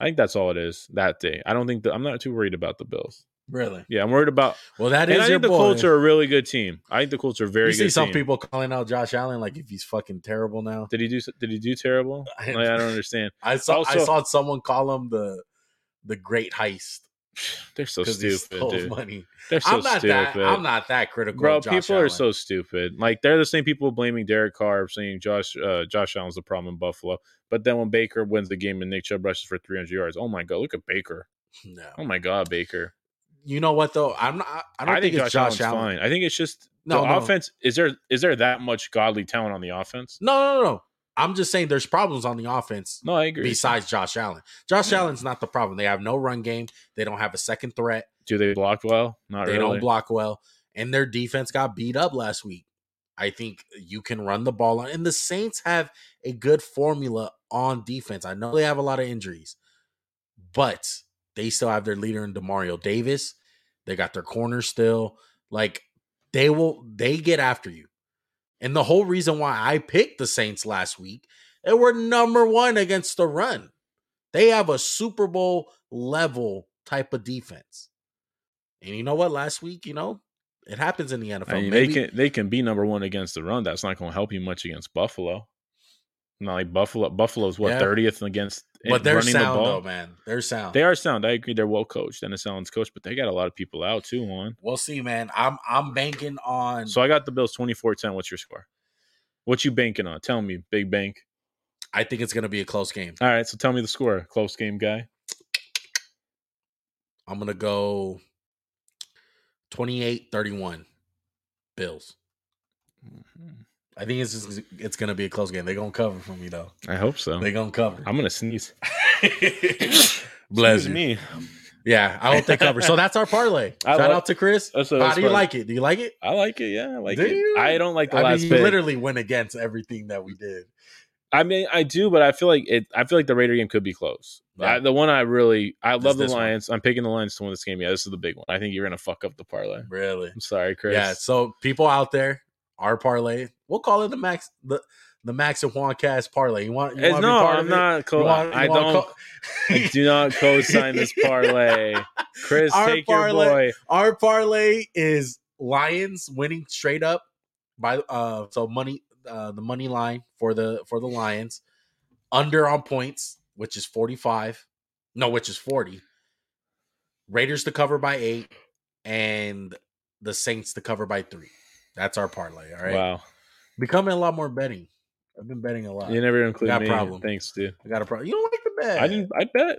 [SPEAKER 2] I think that's all it is that day. I don't think that I'm not too worried about the Bills.
[SPEAKER 1] Really?
[SPEAKER 2] Yeah, I'm worried about.
[SPEAKER 1] Well, that is
[SPEAKER 2] and I
[SPEAKER 1] your
[SPEAKER 2] think the
[SPEAKER 1] boy.
[SPEAKER 2] Colts are a really good team. I think the Colts are a very
[SPEAKER 1] you see
[SPEAKER 2] good.
[SPEAKER 1] some
[SPEAKER 2] team.
[SPEAKER 1] people calling out Josh Allen like if he's fucking terrible now.
[SPEAKER 2] Did he do? Did he do terrible? Like, I don't understand.
[SPEAKER 1] I saw I
[SPEAKER 2] Also-
[SPEAKER 1] saw someone call him the the great heist
[SPEAKER 2] They're so
[SPEAKER 1] because he
[SPEAKER 2] stupid,
[SPEAKER 1] stole
[SPEAKER 2] dude.
[SPEAKER 1] money.
[SPEAKER 2] They're so
[SPEAKER 1] I'm not
[SPEAKER 2] stupid.
[SPEAKER 1] that I'm not that critical.
[SPEAKER 2] Bro,
[SPEAKER 1] of Josh
[SPEAKER 2] people are
[SPEAKER 1] Allen.
[SPEAKER 2] so stupid. Like they're the same people blaming Derek Carr, saying Josh uh, Josh Allen's the problem in Buffalo. But then when Baker wins the game and Nick Chubb rushes for 300 yards, oh my god, look at Baker.
[SPEAKER 1] no.
[SPEAKER 2] Oh my god, Baker.
[SPEAKER 1] You know what though? I'm not. I
[SPEAKER 2] I,
[SPEAKER 1] don't
[SPEAKER 2] think,
[SPEAKER 1] think, it's Josh,
[SPEAKER 2] Josh,
[SPEAKER 1] Allen.
[SPEAKER 2] Allen's fine. I think it's just
[SPEAKER 1] No,
[SPEAKER 2] the
[SPEAKER 1] no.
[SPEAKER 2] offense. Is there is there that much godly talent on the offense?
[SPEAKER 1] No, no, no. I'm just saying there's problems on the offense
[SPEAKER 2] No, I agree.
[SPEAKER 1] besides Josh Allen. Josh
[SPEAKER 2] Hmm.
[SPEAKER 1] Allen's not the problem. They have no run game. They don't have a second threat.
[SPEAKER 2] Do they block well? Not
[SPEAKER 1] they
[SPEAKER 2] really.
[SPEAKER 1] don't block well, and their defense got beat up last week. I think you can run the ball on, and the Saints have a good formula on defense. I know they have a lot of injuries, but they still have their leader in Demario Davis. They got their corner still. Like they will, they get after you. And the whole reason why I picked the Saints last week, they were number one against the run. They have a Super Bowl level type of defense. And you know what? Last week, you know, it happens in the NFL.
[SPEAKER 2] I mean,
[SPEAKER 1] Maybe-
[SPEAKER 2] they can they can be number one against the run. That's not going to help you much against Buffalo. Not like Buffalo. Buffalo's what
[SPEAKER 1] Yeah.
[SPEAKER 2] thirtieth against
[SPEAKER 1] but they're
[SPEAKER 2] running
[SPEAKER 1] sound
[SPEAKER 2] the ball.
[SPEAKER 1] though, man. They're sound.
[SPEAKER 2] They are sound. I agree. They're well coached. Dennis Allen's coach, but they got a lot of people out too. On
[SPEAKER 1] we'll see, man. I'm I'm banking on.
[SPEAKER 2] so I got the Bills 24-10. What's your score? What you banking on? Tell me, big bank.
[SPEAKER 1] I think it's gonna be a close game.
[SPEAKER 2] All right, so tell me the score. Close game guy.
[SPEAKER 1] I'm gonna go 28-31 Bills. I think it's just, it's gonna be a close game. They're gonna cover for me though.
[SPEAKER 2] I hope so.
[SPEAKER 1] They're gonna cover.
[SPEAKER 2] Oh. I'm gonna sneeze.
[SPEAKER 1] Bless
[SPEAKER 2] Excuse
[SPEAKER 1] you.
[SPEAKER 2] me.
[SPEAKER 1] Yeah, I hope they cover. So that's our parlay.
[SPEAKER 2] I
[SPEAKER 1] Shout
[SPEAKER 2] like-
[SPEAKER 1] out to Chris.
[SPEAKER 2] That's
[SPEAKER 1] How
[SPEAKER 2] that's
[SPEAKER 1] do you
[SPEAKER 2] fun.
[SPEAKER 1] like it? Do you like it?
[SPEAKER 2] I like it. Yeah, I like
[SPEAKER 1] Do
[SPEAKER 2] it.
[SPEAKER 1] you?
[SPEAKER 2] I don't like the
[SPEAKER 1] I
[SPEAKER 2] last
[SPEAKER 1] mean, you
[SPEAKER 2] pick.
[SPEAKER 1] literally went against everything that we did.
[SPEAKER 2] I mean, I do, but I feel like it. I feel like the Raider game could be close.
[SPEAKER 1] Yeah.
[SPEAKER 2] I, the one I really, I love the
[SPEAKER 1] this one.
[SPEAKER 2] Lions. I'm picking the Lions to win this game. Yeah, this is the big one. I think you're gonna fuck up the parlay.
[SPEAKER 1] Really?
[SPEAKER 2] I'm sorry, Chris.
[SPEAKER 1] Yeah. So people out there, our parlay. We'll call it the Max the the Max and Juan Cast parlay. You want? You
[SPEAKER 2] It's-
[SPEAKER 1] want to be
[SPEAKER 2] no,
[SPEAKER 1] part of
[SPEAKER 2] I'm
[SPEAKER 1] it?
[SPEAKER 2] not.
[SPEAKER 1] You
[SPEAKER 2] Co-
[SPEAKER 1] want- you
[SPEAKER 2] I
[SPEAKER 1] want
[SPEAKER 2] don't.
[SPEAKER 1] co-
[SPEAKER 2] I do not co-sign this parlay. Chris,
[SPEAKER 1] Our
[SPEAKER 2] take
[SPEAKER 1] parlay-
[SPEAKER 2] your boy.
[SPEAKER 1] our parlay is Lions winning straight up by uh so money uh the money line for the for the Lions under on points which is 45 no which is 40 Raiders to cover by 8 and the Saints to cover by 3 that's our parlay all right
[SPEAKER 2] Wow,
[SPEAKER 1] becoming a lot more betting I've been betting a lot
[SPEAKER 2] you never include
[SPEAKER 1] Got
[SPEAKER 2] me.
[SPEAKER 1] problem.
[SPEAKER 2] Thanks, dude.
[SPEAKER 1] I got a problem you don't like the bet
[SPEAKER 2] I didn't. I bet.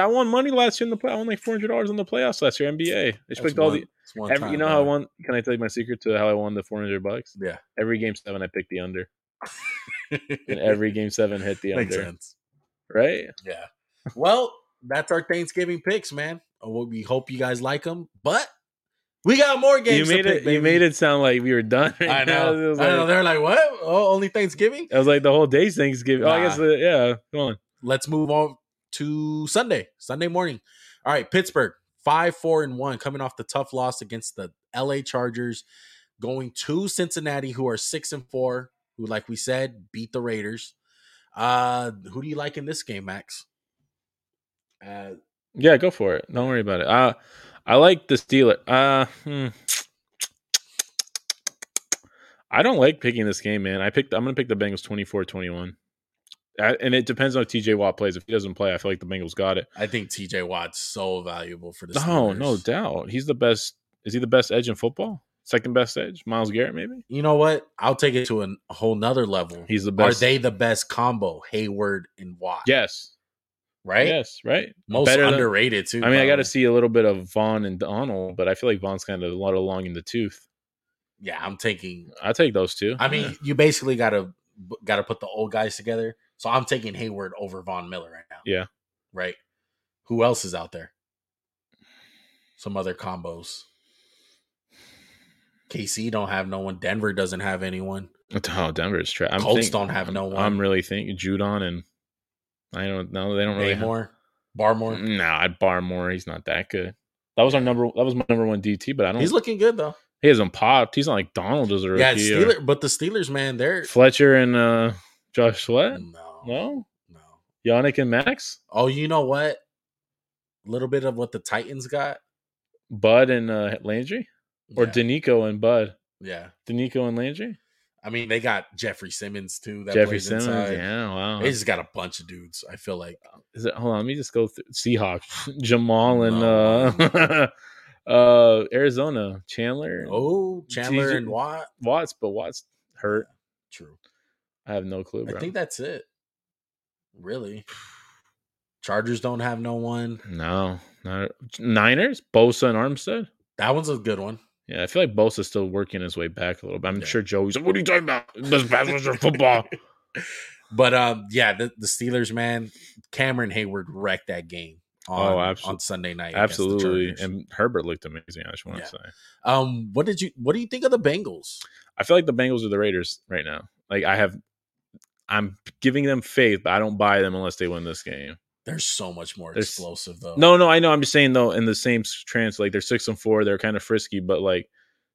[SPEAKER 2] I won money last year in the play. I won like four hundred dollars on the playoffs last year. NBA. I
[SPEAKER 1] That's
[SPEAKER 2] expect all
[SPEAKER 1] one-
[SPEAKER 2] the.
[SPEAKER 1] that's one
[SPEAKER 2] Every, you
[SPEAKER 1] time,
[SPEAKER 2] know how I
[SPEAKER 1] man.
[SPEAKER 2] won? Can I tell you my secret to how I won the four hundred bucks?
[SPEAKER 1] yeah
[SPEAKER 2] Every game seven, I picked the under. and every game seven hit the
[SPEAKER 1] makes
[SPEAKER 2] under,
[SPEAKER 1] sense
[SPEAKER 2] right?
[SPEAKER 1] Yeah. Well, that's our Thanksgiving picks, man. Uh, well, We hope you guys like them, but we got more
[SPEAKER 2] You
[SPEAKER 1] games.
[SPEAKER 2] made
[SPEAKER 1] to
[SPEAKER 2] it.
[SPEAKER 1] pick,
[SPEAKER 2] you
[SPEAKER 1] baby.
[SPEAKER 2] made it sound like we were done. Right
[SPEAKER 1] I
[SPEAKER 2] now. It
[SPEAKER 1] know.
[SPEAKER 2] was
[SPEAKER 1] I know.
[SPEAKER 2] like,
[SPEAKER 1] They're like, what? Oh, only Thanksgiving?
[SPEAKER 2] it was like the whole day's Thanksgiving. Oh, I
[SPEAKER 1] Nah.
[SPEAKER 2] guess. The, yeah, come on.
[SPEAKER 1] Let's move on to Sunday, Sunday morning. All right, Pittsburgh five, four, and one, coming off the tough loss against the L.A. Chargers, going to Cincinnati, who are six and four, who, like we said, beat the Raiders. Uh, who do you like in this game, Max? Uh,
[SPEAKER 2] Yeah, go for it. Don't worry about it. Uh, I like the Steeler. Uh, hmm. I don't like picking this game, man. I picked. I'm gonna pick the Bengals 24-21. Uh, And it depends on if TJ Watt plays. If he doesn't play, I feel like the Bengals got it.
[SPEAKER 1] I think T.J. Watt's so valuable for the
[SPEAKER 2] Oh, No,
[SPEAKER 1] Steelers.
[SPEAKER 2] no doubt. He's the best. Is he the best edge in football? Second best edge? Miles Garrett, maybe?
[SPEAKER 1] you know what? I'll take it to an- a whole nother level.
[SPEAKER 2] He's
[SPEAKER 1] Are
[SPEAKER 2] the best.
[SPEAKER 1] they the best combo, Hayward and Watt?
[SPEAKER 2] Yes.
[SPEAKER 1] right.
[SPEAKER 2] Yes, right.
[SPEAKER 1] Most
[SPEAKER 2] Better than-
[SPEAKER 1] underrated too.
[SPEAKER 2] I mean, I got to
[SPEAKER 1] probably.
[SPEAKER 2] see a little bit of Vaughn and Donald, but I feel like Vaughn's kind of a lot of long in the tooth.
[SPEAKER 1] Yeah, I'm taking.
[SPEAKER 2] I take those two.
[SPEAKER 1] I mean,
[SPEAKER 2] Yeah.
[SPEAKER 1] you basically got to got to put the old guys together. So I'm taking Hayward over Von Miller right now.
[SPEAKER 2] Yeah.
[SPEAKER 1] Right. Who else is out there? Some other combos. KC don't have no one. Denver doesn't have anyone.
[SPEAKER 2] oh, Denver's trash. I'm
[SPEAKER 1] Colts
[SPEAKER 2] think-
[SPEAKER 1] don't have no one.
[SPEAKER 2] I'm really thinking Judon and I don't know. They don't really. Have,
[SPEAKER 1] Namor, Barmore.
[SPEAKER 2] no, I'd bar more. He's not that good. That was our number. That was my number one DT, but I don't.
[SPEAKER 1] He's looking good though.
[SPEAKER 2] he hasn't popped. He's not like Donald is a rookie.
[SPEAKER 1] Yeah, it's
[SPEAKER 2] or
[SPEAKER 1] Steeler, but the Steelers, man, they're
[SPEAKER 2] Fletcher and uh, Josh Sweat.
[SPEAKER 1] no,
[SPEAKER 2] No,
[SPEAKER 1] no.
[SPEAKER 2] Yannick and Max,
[SPEAKER 1] Oh, you know what? A little bit of what the Titans got.
[SPEAKER 2] Bud and uh, Landry, or
[SPEAKER 1] yeah.
[SPEAKER 2] Danico and Bud,
[SPEAKER 1] yeah.
[SPEAKER 2] Danico and Landry,
[SPEAKER 1] I mean, they got Jeffrey Simmons too. That
[SPEAKER 2] Jeffrey
[SPEAKER 1] plays
[SPEAKER 2] Simmons.
[SPEAKER 1] Inside.
[SPEAKER 2] Yeah, wow.
[SPEAKER 1] They just got a bunch of dudes. I feel like
[SPEAKER 2] Is it, hold on, let me just go through Seahawks, Jamal and
[SPEAKER 1] No.
[SPEAKER 2] uh, uh, Arizona, Chandler, and
[SPEAKER 1] oh Chandler
[SPEAKER 2] TJ
[SPEAKER 1] and Watt.
[SPEAKER 2] Watts, but Watts hurt.
[SPEAKER 1] True.
[SPEAKER 2] I have no clue. Bro.
[SPEAKER 1] I think that's it. Really, Chargers don't have no one.
[SPEAKER 2] no, not, Niners, Bosa and Armstead.
[SPEAKER 1] That one's a good one.
[SPEAKER 2] Yeah, I feel like Bosa's still working his way back a little bit. I'm
[SPEAKER 1] Yeah.
[SPEAKER 2] sure Joey's like, "What are you talking about? This pass rush or football."
[SPEAKER 1] But um, yeah, the, the Steelers, man, Cameron Hayward wrecked that game on,
[SPEAKER 2] Oh, absolutely.
[SPEAKER 1] on Sunday night. against the
[SPEAKER 2] Absolutely,
[SPEAKER 1] Chargers.
[SPEAKER 2] and Herbert looked amazing. I just want to
[SPEAKER 1] Yeah.
[SPEAKER 2] say,
[SPEAKER 1] um, what did you? What do you think of the Bengals?
[SPEAKER 2] I feel like the Bengals are the Raiders right now. Like I have, I'm giving them faith, but I don't buy them unless they win this game.
[SPEAKER 1] They're so much more
[SPEAKER 2] There's-
[SPEAKER 1] explosive though.
[SPEAKER 2] No, no, I know. I'm just saying though, in the same s- trance, like they're six and four, they're kind of frisky, but like,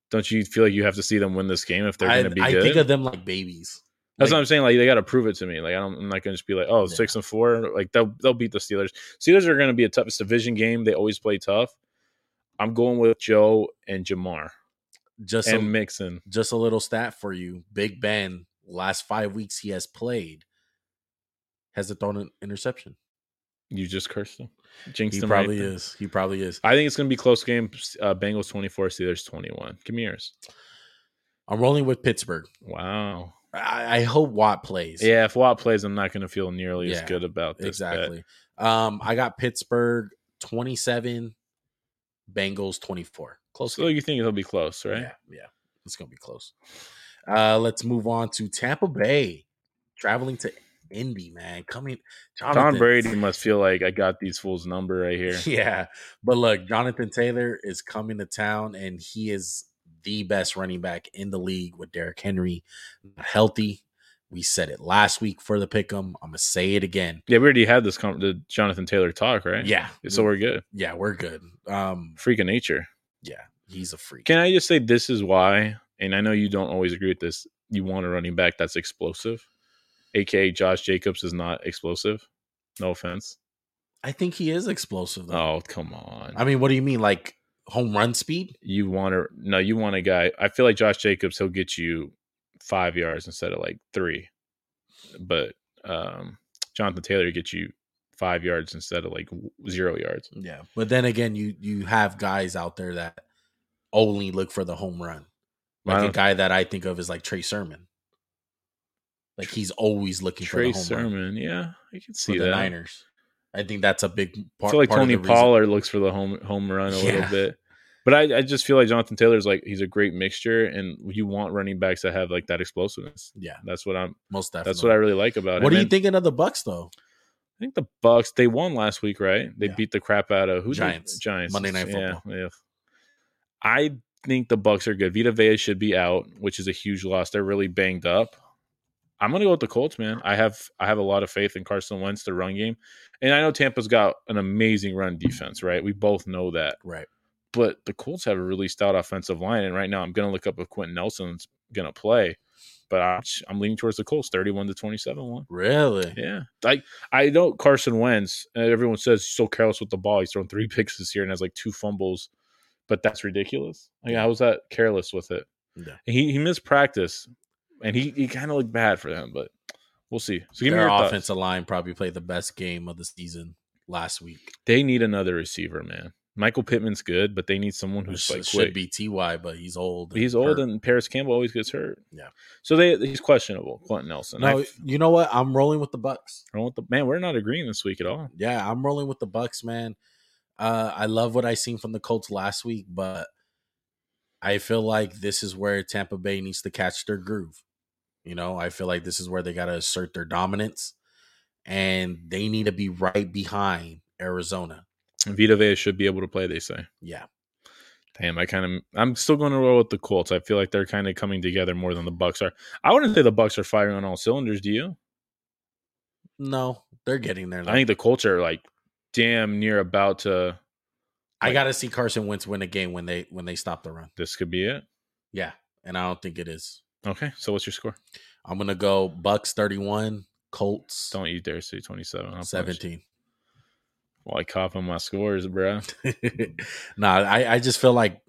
[SPEAKER 2] don't you feel like you have to see them win this game if they're
[SPEAKER 1] I,
[SPEAKER 2] going to be
[SPEAKER 1] I
[SPEAKER 2] good?
[SPEAKER 1] think of them like babies.
[SPEAKER 2] That's
[SPEAKER 1] like-
[SPEAKER 2] what I'm saying. Like they got to prove it to me. Like I don't, I'm not going to just be like, oh,
[SPEAKER 1] Yeah.
[SPEAKER 2] six and four. Like they'll they'll beat the Steelers. Steelers are going to be a tough it's a division game. They always play tough. I'm going with Joe and Jamar
[SPEAKER 1] Just
[SPEAKER 2] and
[SPEAKER 1] a,
[SPEAKER 2] Mixon.
[SPEAKER 1] just a little stat for you. Big Ben, last five weeks he has played, hasn't thrown an interception.
[SPEAKER 2] You just cursed them. Jinxed
[SPEAKER 1] He
[SPEAKER 2] them.
[SPEAKER 1] probably
[SPEAKER 2] right?
[SPEAKER 1] is. He probably is.
[SPEAKER 2] I think it's going to be close game. Uh, Bengals 24, Steelers 21. Give me yours.
[SPEAKER 1] I'm rolling with Pittsburgh.
[SPEAKER 2] Wow.
[SPEAKER 1] I, I hope Watt plays.
[SPEAKER 2] Yeah, if Watt plays, I'm not going to feel nearly as
[SPEAKER 1] Yeah,
[SPEAKER 2] good about this. bet.
[SPEAKER 1] exactly. Um, I got Pittsburgh 27, Bengals 24. Close.
[SPEAKER 2] So
[SPEAKER 1] game.
[SPEAKER 2] you think it'll be close, right?
[SPEAKER 1] Yeah, yeah. It's gonna be close. Uh, let's move on to Tampa Bay, traveling to Indy. Man, coming.
[SPEAKER 2] Tom
[SPEAKER 1] Jonathan-
[SPEAKER 2] Brady must feel like I got these fools' number right here.
[SPEAKER 1] Yeah. But look, Jonathan Taylor is coming to town and he is the best running back in the league with Derrick Henry not healthy. We said it last week for the pick'em. I'm gonna say it again.
[SPEAKER 2] Yeah, we already had this com- the Jonathan Taylor talk, right?
[SPEAKER 1] Yeah.
[SPEAKER 2] So we're good.
[SPEAKER 1] yeah, we're good. Um,
[SPEAKER 2] Freak of nature.
[SPEAKER 1] yeah, he's a freak.
[SPEAKER 2] Can I just say this is why, and I know you don't always agree with this, you want a running back that's explosive, aka Josh Jacobs is not explosive. No offense.
[SPEAKER 1] I think he is explosive though.
[SPEAKER 2] Oh, come on.
[SPEAKER 1] I mean, what do you mean? Like home run speed?
[SPEAKER 2] you want to, no, you want a guy. I feel like Josh Jacobs, he'll get you five yards instead of like three. But um, Jonathan Taylor gets you five yards instead of like w- zero yards.
[SPEAKER 1] Yeah. But then again, you you have guys out there that only look for the home run.
[SPEAKER 2] I
[SPEAKER 1] Like a
[SPEAKER 2] don't-
[SPEAKER 1] guy that I think of is like Trey Sermon. Like he's always looking for
[SPEAKER 2] Trey
[SPEAKER 1] the home run.
[SPEAKER 2] Sermon. Yeah, I can
[SPEAKER 1] for
[SPEAKER 2] see
[SPEAKER 1] the
[SPEAKER 2] that.
[SPEAKER 1] Niners. I think that's a big part.
[SPEAKER 2] I feel like
[SPEAKER 1] part of
[SPEAKER 2] Tony
[SPEAKER 1] the reason.
[SPEAKER 2] Pollard looks for the home home run a
[SPEAKER 1] Yeah.
[SPEAKER 2] little bit. But I, I just feel like Jonathan Taylor's like he's a great mixture, and you want running backs that have like that explosiveness.
[SPEAKER 1] Yeah,
[SPEAKER 2] That's what I'm.
[SPEAKER 1] most definitely.
[SPEAKER 2] That's what I really like about it.
[SPEAKER 1] What are you
[SPEAKER 2] And
[SPEAKER 1] thinking of the Bucks though?
[SPEAKER 2] I think the Bucks they won last week, right? They
[SPEAKER 1] Yeah.
[SPEAKER 2] beat the crap out of who?
[SPEAKER 1] Giants.
[SPEAKER 2] Giants.
[SPEAKER 1] Monday Night
[SPEAKER 2] Yeah,
[SPEAKER 1] Football.
[SPEAKER 2] yeah. I think the Bucks are good. Vita Vea should be out, which is a huge loss. They're really banged up. I'm gonna go with the Colts, man. I have I have a lot of faith in Carson Wentz the run game, and I know Tampa's got an amazing run defense, right? We both know that,
[SPEAKER 1] Right.
[SPEAKER 2] but the Colts have a really stout offensive line, and right now I'm gonna look up if Quentin Nelson's gonna play, but I'm, I'm leaning towards the Colts, thirty-one to twenty-seven one.
[SPEAKER 1] Really?
[SPEAKER 2] Yeah. Like I know Carson Wentz, and everyone says he's so careless with the ball. He's thrown three picks this year and has like two fumbles, but that's ridiculous. Like, how was that careless with it?
[SPEAKER 1] Yeah.
[SPEAKER 2] And He he missed practice and he, he kind of looked bad for them, but we'll see. So give me
[SPEAKER 1] Their
[SPEAKER 2] your
[SPEAKER 1] offensive
[SPEAKER 2] offense.
[SPEAKER 1] line probably played the best game of the season last week.
[SPEAKER 2] They need another receiver, man. Michael Pittman's good, but they need someone who's
[SPEAKER 1] Which
[SPEAKER 2] like quick.
[SPEAKER 1] should be Ty, but he's old.
[SPEAKER 2] he's old
[SPEAKER 1] hurt.
[SPEAKER 2] and Paris Campbell always gets hurt.
[SPEAKER 1] Yeah.
[SPEAKER 2] So they he's questionable, Quentin Nelson. I,
[SPEAKER 1] no.
[SPEAKER 2] f-
[SPEAKER 1] You know what? I'm rolling with the Bucks.
[SPEAKER 2] I don't want the man, we're not agreeing this week at all.
[SPEAKER 1] Yeah, I'm rolling with the Bucks, man. Uh, I love what I seen from the Colts last week, but I feel like this is where Tampa Bay needs to catch their groove. You know, I feel like this is where they got to assert their dominance, and they need to be right behind Arizona.
[SPEAKER 2] Vita Vea should be able to play, they say.
[SPEAKER 1] Yeah,
[SPEAKER 2] Damn, I kind of I'm still going to roll with the Colts. I feel like they're kind of coming together more than the Bucks are. I wouldn't say the Bucks are firing on all cylinders. Do you?
[SPEAKER 1] no, they're getting there. Though.
[SPEAKER 2] I think the Colts are like damn near about to.
[SPEAKER 1] I got to see Carson Wentz win a game when they when they stop the run.
[SPEAKER 2] This could be it.
[SPEAKER 1] Yeah, and I don't think it is.
[SPEAKER 2] Okay, so what's your score?
[SPEAKER 1] I'm gonna go Bucks 31, Colts
[SPEAKER 2] Don't you dare say 27. I'll punch you. Mm-hmm.
[SPEAKER 1] 17.
[SPEAKER 2] Well, I cop on my scores, bro.
[SPEAKER 1] nah, I, I just feel like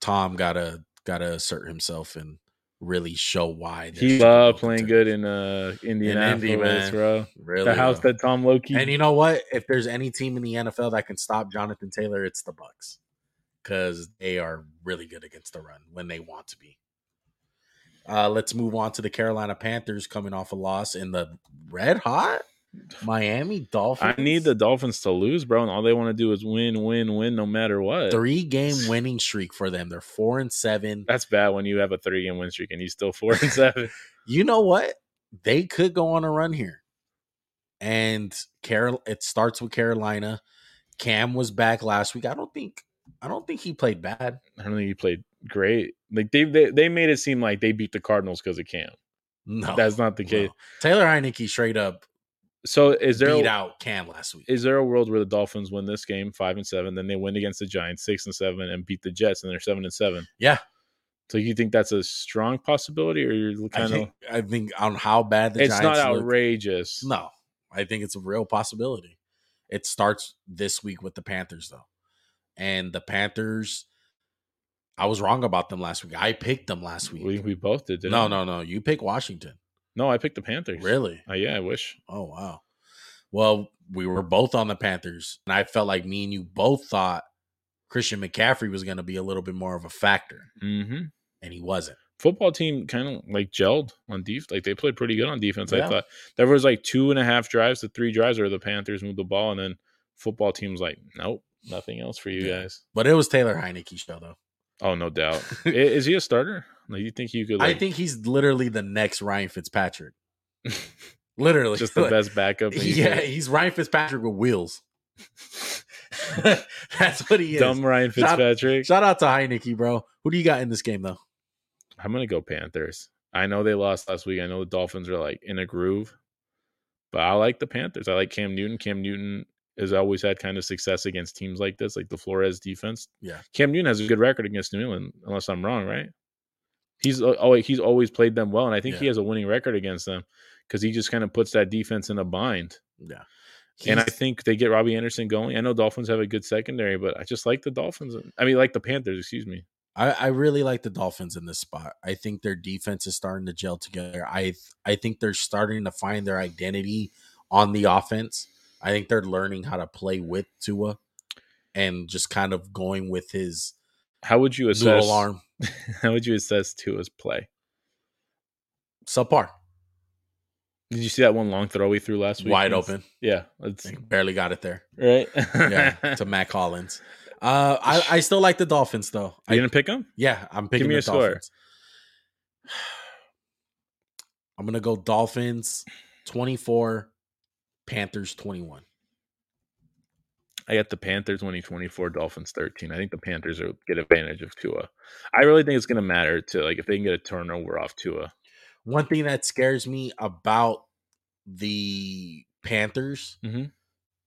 [SPEAKER 1] Tom gotta gotta assert himself and really show why that
[SPEAKER 2] He
[SPEAKER 1] Super Bowl
[SPEAKER 2] loved playing good
[SPEAKER 1] contenders.
[SPEAKER 2] in uh
[SPEAKER 1] man.
[SPEAKER 2] Indianapolis, bro.
[SPEAKER 1] really
[SPEAKER 2] the house
[SPEAKER 1] loved.
[SPEAKER 2] that Tom Loki.
[SPEAKER 1] And you know what? If there's any team in the NFL that can stop Jonathan Taylor, it's the Bucks because they are really good against the run when they want to be. Uh, let's move on to the Carolina Panthers coming off a loss in the red hot Miami Dolphins.
[SPEAKER 2] I need the Dolphins to lose, bro, and all they want to do is win, win, win, no matter what.
[SPEAKER 1] three game winning streak for them. They're four and seven.
[SPEAKER 2] That's bad when you have a three game win streak and you still four and seven.
[SPEAKER 1] You know what? They could go on a run here. And Carol it starts with Carolina. Cam was back last week. I don't think I don't think he played bad.
[SPEAKER 2] I don't think you played great. Like they, they they made it seem like they beat the Cardinals because of Cam.
[SPEAKER 1] No,
[SPEAKER 2] That's not the case.
[SPEAKER 1] no. Taylor Heineke straight up
[SPEAKER 2] So is there
[SPEAKER 1] beat
[SPEAKER 2] a,
[SPEAKER 1] out Cam last week.
[SPEAKER 2] is there a world where the Dolphins win this game five and seven, then they win against the Giants six and seven, and beat the Jets and they're seven and seven?
[SPEAKER 1] Yeah.
[SPEAKER 2] So you think that's a strong possibility, or you're
[SPEAKER 1] I
[SPEAKER 2] kind of
[SPEAKER 1] think, I think on how bad the
[SPEAKER 2] it's not
[SPEAKER 1] Giants looked-
[SPEAKER 2] outrageous.
[SPEAKER 1] No, I think it's a real possibility. It starts this week with the Panthers though, and the Panthers. I was wrong about them last week. I picked them last week.
[SPEAKER 2] we, we both did. didn't
[SPEAKER 1] no,
[SPEAKER 2] we?
[SPEAKER 1] no, no. You pick Washington.
[SPEAKER 2] no. I picked the Panthers.
[SPEAKER 1] Really?
[SPEAKER 2] Uh, yeah, I wish.
[SPEAKER 1] Oh wow. Well, we were both on the Panthers, and I felt like me and you both thought Christian McCaffrey was going to be a little bit more of a factor,
[SPEAKER 2] Mm-hmm.
[SPEAKER 1] and he wasn't.
[SPEAKER 2] Football team kind of like gelled on defense. Like they played pretty good on defense.
[SPEAKER 1] Yeah.
[SPEAKER 2] I thought there was like two and a half drives to three drives where the Panthers moved the ball, and then football team's like, nope, nothing else for you
[SPEAKER 1] Yeah.
[SPEAKER 2] guys.
[SPEAKER 1] But it was Taylor Heineke show though.
[SPEAKER 2] Oh, no doubt. I- Is he a starter? Like you think you could?
[SPEAKER 1] I
[SPEAKER 2] Like,
[SPEAKER 1] think he's literally the next Ryan Fitzpatrick. literally,
[SPEAKER 2] just the
[SPEAKER 1] Like,
[SPEAKER 2] best backup. that you
[SPEAKER 1] Yeah,
[SPEAKER 2] could-
[SPEAKER 1] he's Ryan Fitzpatrick with wheels. That's what he is.
[SPEAKER 2] Dumb Ryan
[SPEAKER 1] Shout-
[SPEAKER 2] Fitzpatrick.
[SPEAKER 1] Shout out to Heineke, bro. Who do you got in this game though?
[SPEAKER 2] I'm gonna go Panthers. I know they lost last week. I know the Dolphins are like in a groove, but I like the Panthers. I like Cam Newton. Cam Newton has always had kind of success against teams like this, like the Flores defense.
[SPEAKER 1] Yeah.
[SPEAKER 2] Cam Newton has a good record against New England, unless I'm wrong, right? He's always he's always played them well, and I think he
[SPEAKER 1] Yeah.
[SPEAKER 2] has a winning record against them because he just kind of puts that defense in a bind.
[SPEAKER 1] Yeah.
[SPEAKER 2] and I
[SPEAKER 1] He's-
[SPEAKER 2] think they get Robbie Anderson going. I know Dolphins have a good secondary, but I just like the Dolphins. I mean, like the Panthers. Excuse me.
[SPEAKER 1] I, I really like the Dolphins in this spot. I think their defense is starting to gel together. I I think they're starting to find their identity on the offense. I think they're learning how to play with Tua and just kind of going with his
[SPEAKER 2] How would you assess?
[SPEAKER 1] noodle arm
[SPEAKER 2] How would you assess Tua's play?
[SPEAKER 1] subpar,
[SPEAKER 2] Did you see that one long throw we threw last week?
[SPEAKER 1] wide open.
[SPEAKER 2] Yeah, that's
[SPEAKER 1] Barely got it there.
[SPEAKER 2] right.
[SPEAKER 1] Yeah, to Matt Collins. Uh, I I still like the Dolphins though.
[SPEAKER 2] you
[SPEAKER 1] I,
[SPEAKER 2] gonna pick him?
[SPEAKER 1] yeah, I'm picking
[SPEAKER 2] me
[SPEAKER 1] the
[SPEAKER 2] a score.
[SPEAKER 1] Dolphins. I'm gonna go Dolphins 24, Panthers 21.
[SPEAKER 2] I got the Panthers twenty twenty four, Dolphins thirteen. I think the Panthers are get advantage of Tua. I really think it's gonna matter to like if they can get a turnover off Tua.
[SPEAKER 1] One thing that scares me about the Panthers
[SPEAKER 2] Mhm.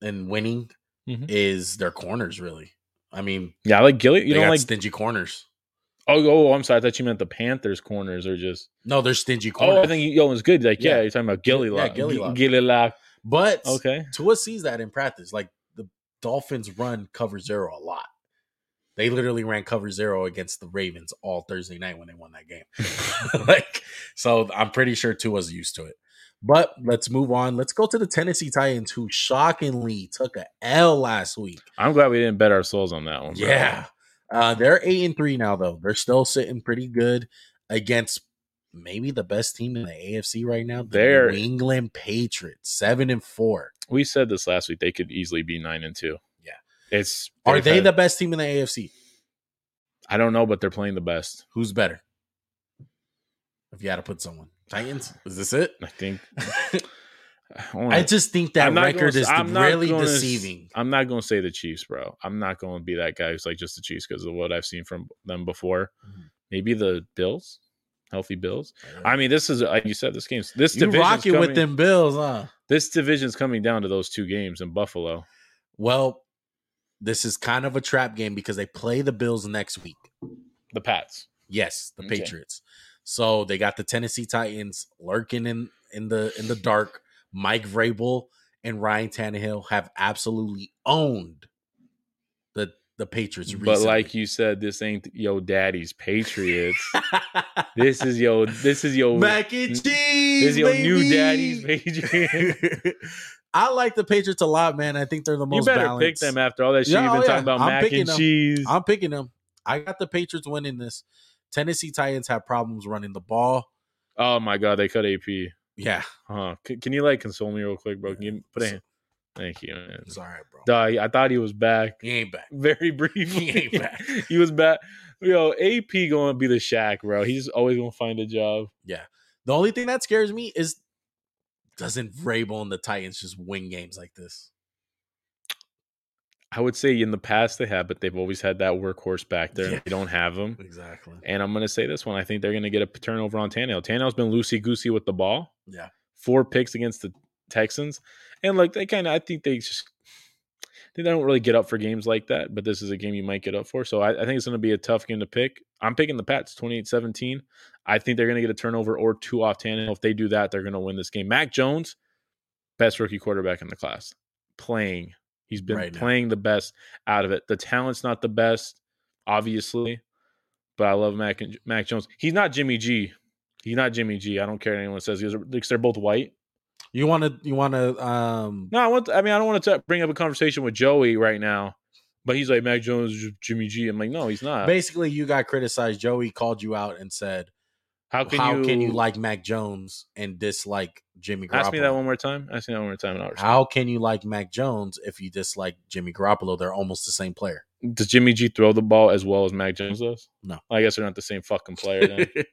[SPEAKER 1] and winning
[SPEAKER 2] Mhm.
[SPEAKER 1] is their corners. Really, I mean,
[SPEAKER 2] Yeah, I like Gilly.
[SPEAKER 1] you
[SPEAKER 2] You
[SPEAKER 1] they
[SPEAKER 2] don't
[SPEAKER 1] got
[SPEAKER 2] like?
[SPEAKER 1] stingy corners.
[SPEAKER 2] oh, oh, I'm sorry. I thought you meant the Panthers corners are just.
[SPEAKER 1] No, they're stingy corners.
[SPEAKER 2] Oh, I think yo, it's good. Like yeah,
[SPEAKER 1] Yeah.
[SPEAKER 2] you're talking about Gilly
[SPEAKER 1] Yeah,
[SPEAKER 2] Lock.
[SPEAKER 1] Gilly
[SPEAKER 2] G-
[SPEAKER 1] Lock.
[SPEAKER 2] Gilly Lock.
[SPEAKER 1] but
[SPEAKER 2] Okay.
[SPEAKER 1] Tua sees that in practice. Like the Dolphins run cover zero a lot. They literally ran cover zero against the Ravens all Thursday night when they won that game. like, so I'm pretty sure Tua's used to it. But let's move on. Let's go to the Tennessee Titans, who shockingly took a L last week.
[SPEAKER 2] I'm glad we didn't bet our souls on that one. bro.
[SPEAKER 1] Yeah. Uh, they're eight and three now, though. They're still sitting pretty good against maybe the best team in the AFC right now. The
[SPEAKER 2] They're-
[SPEAKER 1] New England Patriots, seven and four.
[SPEAKER 2] we said this last week. They could easily be nine and two.
[SPEAKER 1] Yeah.
[SPEAKER 2] It's
[SPEAKER 1] Are they
[SPEAKER 2] had-
[SPEAKER 1] the best team in the AFC?
[SPEAKER 2] I don't know, but they're playing the best.
[SPEAKER 1] Who's better? If you had to put someone, Titans. Is this it?
[SPEAKER 2] I think.
[SPEAKER 1] I just think that
[SPEAKER 2] I'm not
[SPEAKER 1] record
[SPEAKER 2] gonna-
[SPEAKER 1] is
[SPEAKER 2] I'm not
[SPEAKER 1] really
[SPEAKER 2] gonna s-
[SPEAKER 1] deceiving.
[SPEAKER 2] I'm not going to say the Chiefs, bro. I'm not going to be that guy who's like just the Chiefs because of what I've seen from them before.
[SPEAKER 1] Mhm.
[SPEAKER 2] Maybe the Bills, healthy Bills. I mean, this is like you said, this game's this
[SPEAKER 1] you
[SPEAKER 2] division.
[SPEAKER 1] rock it with them Bills, huh?
[SPEAKER 2] This division's coming down to those two games in Buffalo.
[SPEAKER 1] Well, this is kind of a trap game because they play the Bills next week.
[SPEAKER 2] The Pats.
[SPEAKER 1] Yes, the
[SPEAKER 2] Okay.
[SPEAKER 1] Patriots. So they got the Tennessee Titans lurking in in the in the dark, Mike Vrabel and Ryan Tannehill have absolutely owned the the Patriots.
[SPEAKER 2] But like you said, this ain't yo daddy's Patriots. this is yo. This is yo.
[SPEAKER 1] mac and cheese,
[SPEAKER 2] this is yo new
[SPEAKER 1] baby!
[SPEAKER 2] daddy's Patriots.
[SPEAKER 1] I like the Patriots a lot, man. I think they're the
[SPEAKER 2] you
[SPEAKER 1] most
[SPEAKER 2] better pick
[SPEAKER 1] balanced.
[SPEAKER 2] them after all that shit
[SPEAKER 1] Yeah,
[SPEAKER 2] you've been
[SPEAKER 1] oh, yeah.
[SPEAKER 2] talking about
[SPEAKER 1] I'm
[SPEAKER 2] mac
[SPEAKER 1] picking
[SPEAKER 2] and
[SPEAKER 1] them.
[SPEAKER 2] cheese.
[SPEAKER 1] I'm picking them. I got the Patriots winning this. Tennessee Titans have problems running the ball.
[SPEAKER 2] oh my god, they cut AP.
[SPEAKER 1] Yeah,
[SPEAKER 2] Huh? C- can you like console me real quick, bro? Can you put a hand? Thank you, man.
[SPEAKER 1] it's all right, bro.
[SPEAKER 2] Duh, I thought he was back.
[SPEAKER 1] He ain't back.
[SPEAKER 2] Very briefly,
[SPEAKER 1] He ain't back.
[SPEAKER 2] he was back. Yo, AP gonna be the Shaq, bro. He's always gonna find a job.
[SPEAKER 1] The only thing that scares me is doesn't Vrabel and the Titans just win games like this?
[SPEAKER 2] I would say in the past they have, but they've always had that workhorse back there.
[SPEAKER 1] Yeah.
[SPEAKER 2] They don't have him.
[SPEAKER 1] Exactly.
[SPEAKER 2] And I'm gonna say this one. I think they're gonna get a turnover on Tannehill. Tannehill's been loosey goosey with the ball.
[SPEAKER 1] Yeah.
[SPEAKER 2] Four picks against the Texans. And like they kind of I think they just I think they don't really get up for games like that, but this is a game you might get up for. So I, I think it's gonna be a tough game to pick. I'm picking the Pats 28-17. I think they're gonna get a turnover or two off Tannehill. If they do that, they're gonna win this game. Mac Jones, best rookie quarterback in the class. Playing. He's been
[SPEAKER 1] Right now.
[SPEAKER 2] playing the best out of it. The talent's not the best, obviously but I love Mac and Mac Jones. He's not Jimmy G. He's not Jimmy G. I don't care what anyone says because they're- because they're both white.
[SPEAKER 1] You want to? You want to? Um,
[SPEAKER 2] No, I want. I mean, I don't want to bring up a conversation with Joey right now, but he's like Mac Jones, is Jimmy G. I'm like, no, he's not.
[SPEAKER 1] basically, you got criticized. Joey called you out and said, "How
[SPEAKER 2] How can
[SPEAKER 1] can,
[SPEAKER 2] you?
[SPEAKER 1] you, like Mac Jones and dislike Jimmy Garoppolo?"
[SPEAKER 2] Ask me that one more time. Ask me that one more time. and I'll respond.
[SPEAKER 1] How can you like Mac Jones if you dislike Jimmy Garoppolo? They're almost the same player.
[SPEAKER 2] Does Jimmy G throw the ball as well as Mac Jones does?
[SPEAKER 1] No.
[SPEAKER 2] I guess they're not the same fucking player. Then.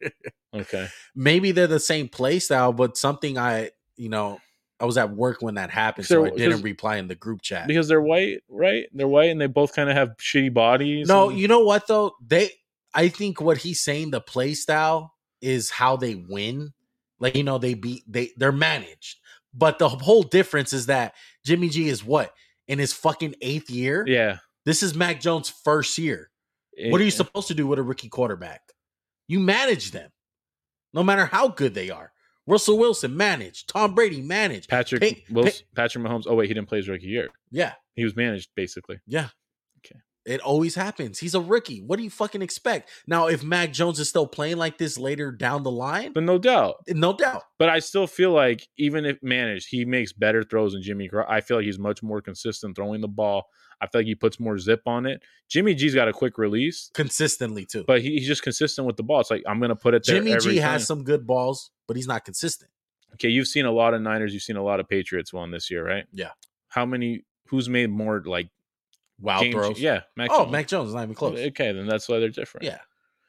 [SPEAKER 2] okay.
[SPEAKER 1] Maybe they're the same play style, but something I, you know, I was at work when that happened, so
[SPEAKER 2] Sure,
[SPEAKER 1] I
[SPEAKER 2] because-
[SPEAKER 1] didn't reply in the group chat.
[SPEAKER 2] Because they're white, right? They're white, and they both kind of have shitty bodies.
[SPEAKER 1] No,
[SPEAKER 2] and-
[SPEAKER 1] you know what though? They I think what he's saying the play style is how they win. Like you know they beat they they're managed. But the whole difference is that Jimmy G is what? In his fucking 8th year?
[SPEAKER 2] yeah.
[SPEAKER 1] This is Mac Jones' first year. What are you
[SPEAKER 2] supposed?
[SPEAKER 1] supposed to do with a rookie quarterback? You manage them. No matter how good they are. Russell Wilson managed, Tom Brady managed.
[SPEAKER 2] Patrick
[SPEAKER 1] Pay-
[SPEAKER 2] Wilson, Patrick Mahomes. Oh wait, he didn't play his rookie year.
[SPEAKER 1] Yeah.
[SPEAKER 2] He was managed basically.
[SPEAKER 1] It always happens. He's a rookie. What do you fucking expect? Now, if Mac Jones is still playing like this later down the line,
[SPEAKER 2] But no doubt.
[SPEAKER 1] no doubt.
[SPEAKER 2] But I still feel like even if managed, he makes better throws than Jimmy Gar- I feel like he's much more consistent throwing the ball. I feel like he puts more zip on it. Jimmy G's got a quick release,
[SPEAKER 1] Consistently, too.
[SPEAKER 2] but he, he's just consistent with the ball. It's like I'm gonna put it there.
[SPEAKER 1] Jimmy
[SPEAKER 2] every
[SPEAKER 1] G has
[SPEAKER 2] time.
[SPEAKER 1] some good balls, but he's not consistent.
[SPEAKER 2] Okay, you've seen a lot of Niners, you've seen a lot of Patriots one this year, right?
[SPEAKER 1] Yeah.
[SPEAKER 2] How many who's made more like
[SPEAKER 1] Wow
[SPEAKER 2] game-
[SPEAKER 1] throws.
[SPEAKER 2] Yeah, Mac
[SPEAKER 1] oh,
[SPEAKER 2] Jones.
[SPEAKER 1] Mac Jones is not even close.
[SPEAKER 2] Okay, then that's why they're different.
[SPEAKER 1] Yeah.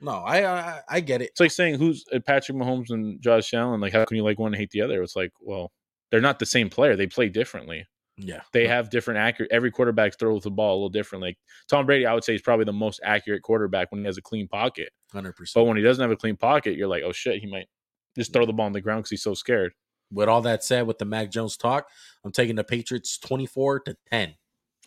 [SPEAKER 1] No, I, I I get it.
[SPEAKER 2] It's like saying who's uh, Patrick Mahomes and Josh Allen. Like, how can you like one and hate the other? It's like, well, they're not the same player. They play differently.
[SPEAKER 1] Yeah.
[SPEAKER 2] They have different accurate. Every quarterback throws the ball a little differently. Like, Tom Brady, I would say, is probably the most accurate quarterback when he has a clean pocket.
[SPEAKER 1] 100%.
[SPEAKER 2] But when he doesn't have a clean pocket, you're like, oh shit, he might just throw the ball on the ground because he's so scared.
[SPEAKER 1] with all that said, with the Mac Jones talk, I'm taking the Patriots 24 to 10.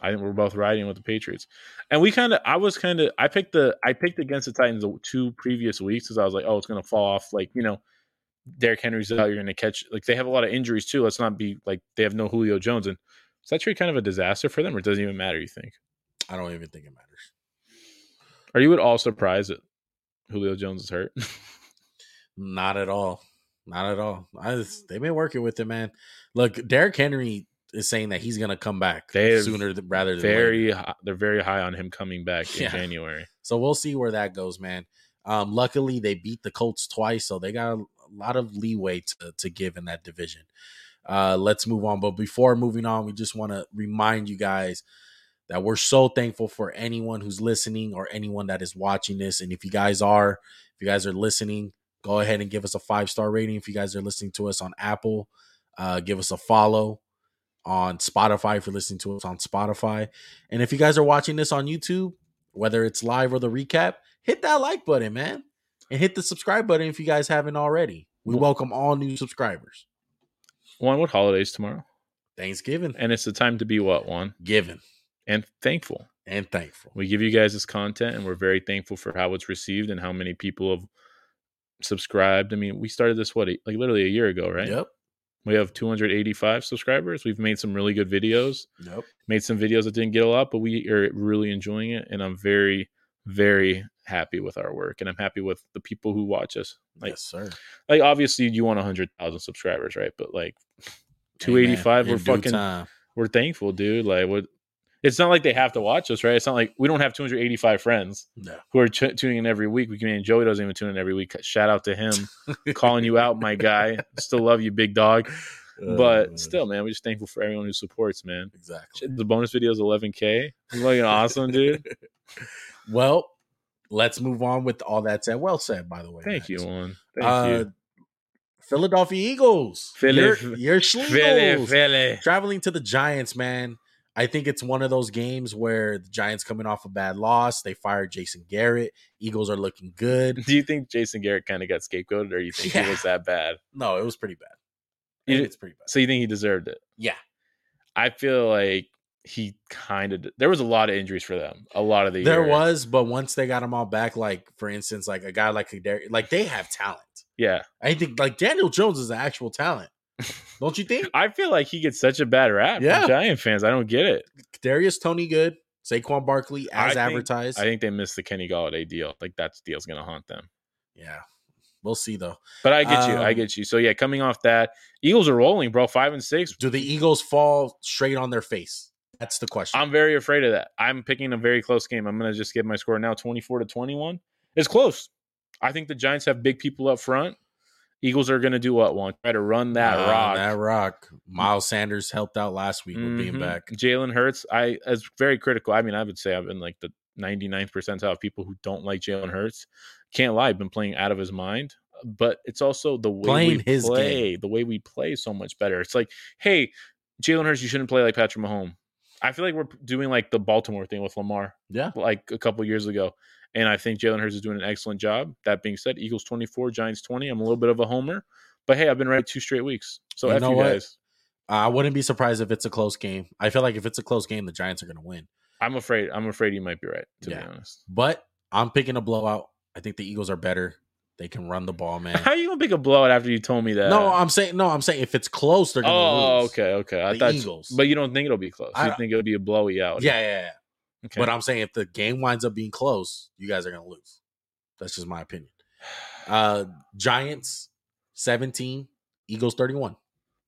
[SPEAKER 2] I think we're both riding with the Patriots, and we kind of. I was kind of. I picked the. I picked against the Titans the two previous weeks because I was like, oh, it's gonna fall off. Like you know, Derrick Henry's out. You're gonna catch. Like they have a lot of injuries too. Let's not be like they have no Julio Jones, and it's actually kind of a disaster for them. Or it doesn't even matter. You think?
[SPEAKER 1] I don't even think it matters.
[SPEAKER 2] Are you at all surprised that Julio Jones is hurt?
[SPEAKER 1] Not at all. Not at all. I
[SPEAKER 2] Mm.
[SPEAKER 1] just, they've been working with it, man. Look, Derrick Henry is saying that he's going to come back
[SPEAKER 2] They have
[SPEAKER 1] sooner th- rather than later.
[SPEAKER 2] very. hi- They're very high on him coming back in
[SPEAKER 1] Yeah.
[SPEAKER 2] January.
[SPEAKER 1] So we'll see where that goes, man. Um, luckily, they beat the Colts twice, so they got a lot of leeway to, to give in that division. Uh, let's move on. But before moving on, we just want to remind you guys that we're so thankful for anyone who's listening or anyone that is watching this. And if you guys are, if you guys are listening, go ahead and give us a five star rating. If you guys are listening to us on Apple, uh, give us a follow on Spotify if you're listening to us on Spotify. And if you guys are watching this on YouTube, whether it's live or the recap, hit that like button, man. And hit the subscribe button if you guys haven't already. We welcome all new subscribers.
[SPEAKER 2] One, what holidays tomorrow?
[SPEAKER 1] Thanksgiving,
[SPEAKER 2] And it's the time to be what one
[SPEAKER 1] given,
[SPEAKER 2] and thankful.
[SPEAKER 1] and thankful.
[SPEAKER 2] We give you guys this content and we're very thankful for how it's received and how e, many people have subscribed. I mean, we started this what like literally a year ago, right?
[SPEAKER 1] Yep.
[SPEAKER 2] We have 285 subscribers. We've made some really good videos.
[SPEAKER 1] Nope.
[SPEAKER 2] Made some videos that didn't get a lot, but we are really enjoying it, and I'm very, very happy with our work, and I'm happy with the people who watch us. Like,
[SPEAKER 1] yes, sir.
[SPEAKER 2] like obviously, you want 100,000 subscribers, right? But like 285,
[SPEAKER 1] Amen.
[SPEAKER 2] we're
[SPEAKER 1] In due
[SPEAKER 2] fucking-
[SPEAKER 1] time.
[SPEAKER 2] we're thankful, dude. Like, what? It's not like they have to watch us, right? It's not like we don't have 285 friends
[SPEAKER 1] No.
[SPEAKER 2] who are ch- tuning in every week. We can. and Joey doesn't even tune in every week. Shout out to him, calling you out, my guy. Still love you, big dog.
[SPEAKER 1] Uh,
[SPEAKER 2] But still, man, we're just thankful for everyone who supports, man.
[SPEAKER 1] exactly.
[SPEAKER 2] Shit, The bonus video is 11k. It's looking awesome, dude.
[SPEAKER 1] Well, let's move on with all that said. Well said, by the way.
[SPEAKER 2] Thank
[SPEAKER 1] Max.
[SPEAKER 2] you, Juan. Thank
[SPEAKER 1] Uh,
[SPEAKER 2] you.
[SPEAKER 1] Philadelphia Eagles.
[SPEAKER 2] Philly-
[SPEAKER 1] Your, your Schlegels.
[SPEAKER 2] Philly, Philly.
[SPEAKER 1] Traveling to the Giants, man. I think it's one of those games where the Giants coming off a bad loss. They fired Jason Garrett. Eagles are looking good.
[SPEAKER 2] Do you think Jason Garrett kind of got scapegoated, or you think
[SPEAKER 1] Yeah.
[SPEAKER 2] he was that bad?
[SPEAKER 1] No, it was pretty bad.
[SPEAKER 2] Mm-hmm. You-
[SPEAKER 1] It's pretty bad.
[SPEAKER 2] So you think he deserved it?
[SPEAKER 1] Yeah.
[SPEAKER 2] I feel like he kind of. There was a lot of injuries for them. A lot of the
[SPEAKER 1] There
[SPEAKER 2] year.
[SPEAKER 1] was, but once they got them all back, like for instance, like a guy like Kadari, like they have talent.
[SPEAKER 2] Yeah,
[SPEAKER 1] I think like Daniel Jones is an actual talent, don't you think?
[SPEAKER 2] I feel like he gets such a bad rap. from
[SPEAKER 1] Yeah.
[SPEAKER 2] Giant fans, I don't get it.
[SPEAKER 1] Darius Tony good, Saquon Barkley
[SPEAKER 2] I
[SPEAKER 1] as
[SPEAKER 2] think-
[SPEAKER 1] advertised.
[SPEAKER 2] I think they missed the Kenny Galladay deal. Like that deal's gonna haunt them.
[SPEAKER 1] yeah, we'll see though.
[SPEAKER 2] But I get you. I
[SPEAKER 1] Um,
[SPEAKER 2] get you. So yeah, coming off that, Eagles are rolling, bro. Five and six.
[SPEAKER 1] Do the E Eagles fall straight on their face? That's the question.
[SPEAKER 2] I'm very afraid of that. I'm picking a very close game. I'm gonna just give my score now 24 to 21. It's close. I think the Giants have big people up front. Eagles are gonna do what? One try to run that
[SPEAKER 1] Ah,
[SPEAKER 2] rock.
[SPEAKER 1] That rock. Miles Sanders helped out last week with being
[SPEAKER 2] Mhm.
[SPEAKER 1] back.
[SPEAKER 2] Jalen Hurts, I as very critical. I mean, I would say I've been like the 99th percentile of people who don't like Jalen Hurts. Can't lie, I've been playing out of his mind. uh, But it's also the way
[SPEAKER 1] Playing
[SPEAKER 2] we
[SPEAKER 1] his
[SPEAKER 2] play, the way we play, so much better. It's like, hey, Jalen Hurts, you shouldn't play like Patrick Mahomes. I feel like we're doing like the Baltimore thing with Lamar,
[SPEAKER 1] Yeah.
[SPEAKER 2] like a couple years ago. And I think Jalen Hurts is doing an excellent job. That being said, Eagles 24, Giants 20. I'm a little bit of a homer, but hey, I've been right two straight weeks. So
[SPEAKER 1] You
[SPEAKER 2] F
[SPEAKER 1] know
[SPEAKER 2] you
[SPEAKER 1] what?
[SPEAKER 2] guys.
[SPEAKER 1] I wouldn't be surprised if it's a close game. I feel like if it's a close game, the Giants are going to win.
[SPEAKER 2] I'm afraid. I'm afraid you might be right. To
[SPEAKER 1] Yeah.
[SPEAKER 2] be honest,
[SPEAKER 1] But I'm picking a blowout. I think the Eagles are better. They can run the ball, man.
[SPEAKER 2] how you gonna pick a blowout after you told me that?
[SPEAKER 1] no, I'm saying no. I'm saying if it's close, they're going to
[SPEAKER 2] oh,
[SPEAKER 1] lose.
[SPEAKER 2] okay, okay. I
[SPEAKER 1] The
[SPEAKER 2] thought,
[SPEAKER 1] Eagles.
[SPEAKER 2] but you don't think it'll be close.
[SPEAKER 1] I
[SPEAKER 2] You
[SPEAKER 1] don't-
[SPEAKER 2] think it'll be a blowy out?
[SPEAKER 1] Yeah, yeah, yeah.
[SPEAKER 2] Okay.
[SPEAKER 1] But I'm saying if the game winds up being close, you guys are going to lose. That's just my opinion. Uh Giants 17, Eagles 31.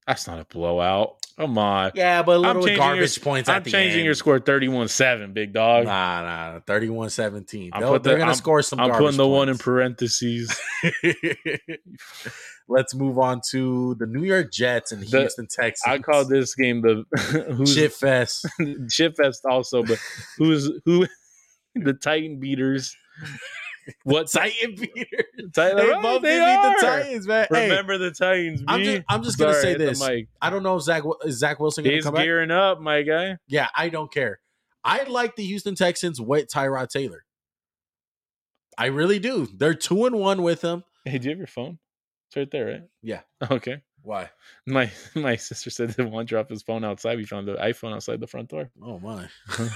[SPEAKER 2] that's not a blowout. Come on.
[SPEAKER 1] Yeah, but a
[SPEAKER 2] I'm
[SPEAKER 1] little
[SPEAKER 2] changing
[SPEAKER 1] garbage
[SPEAKER 2] your,
[SPEAKER 1] points
[SPEAKER 2] I'm
[SPEAKER 1] at the
[SPEAKER 2] changing
[SPEAKER 1] end.
[SPEAKER 2] your score 31-7, big
[SPEAKER 1] Nah,
[SPEAKER 2] dog.
[SPEAKER 1] nah, 31 17.
[SPEAKER 2] I'm
[SPEAKER 1] They'll-
[SPEAKER 2] putting
[SPEAKER 1] They're
[SPEAKER 2] the-
[SPEAKER 1] going to
[SPEAKER 2] I'm-
[SPEAKER 1] score some
[SPEAKER 2] I'm putting
[SPEAKER 1] garbage
[SPEAKER 2] the one in
[SPEAKER 1] points.
[SPEAKER 2] parentheses.
[SPEAKER 1] Let's move on to the New York Jets and
[SPEAKER 2] The-
[SPEAKER 1] Houston Texans.
[SPEAKER 2] I call this game the who's
[SPEAKER 1] shit fest.
[SPEAKER 2] Shit fest also, but who's who? the Titan beaters. What
[SPEAKER 1] Titan Peter.
[SPEAKER 2] Titan?
[SPEAKER 1] They
[SPEAKER 2] oh,
[SPEAKER 1] both beat
[SPEAKER 2] they
[SPEAKER 1] the
[SPEAKER 2] are.
[SPEAKER 1] Titans, man. Hey,
[SPEAKER 2] Remember the Titans.
[SPEAKER 1] I'm
[SPEAKER 2] B.
[SPEAKER 1] just, I'm just gonna
[SPEAKER 2] Sorry,
[SPEAKER 1] say
[SPEAKER 2] hit the
[SPEAKER 1] this.
[SPEAKER 2] mic.
[SPEAKER 1] I don't know if Zach is Zach Wilson gonna
[SPEAKER 2] He's
[SPEAKER 1] come back.
[SPEAKER 2] gearing up, my guy.
[SPEAKER 1] Yeah, I don't care. I like the Houston Texans with Tyrod Taylor. I really do. They're two and one with him.
[SPEAKER 2] Hey, do you have your phone? It's right there, right?
[SPEAKER 1] Yeah.
[SPEAKER 2] Okay.
[SPEAKER 1] Why?
[SPEAKER 2] My my sister said that one dropped his phone outside. We found the iPhone outside the front door.
[SPEAKER 1] Oh my!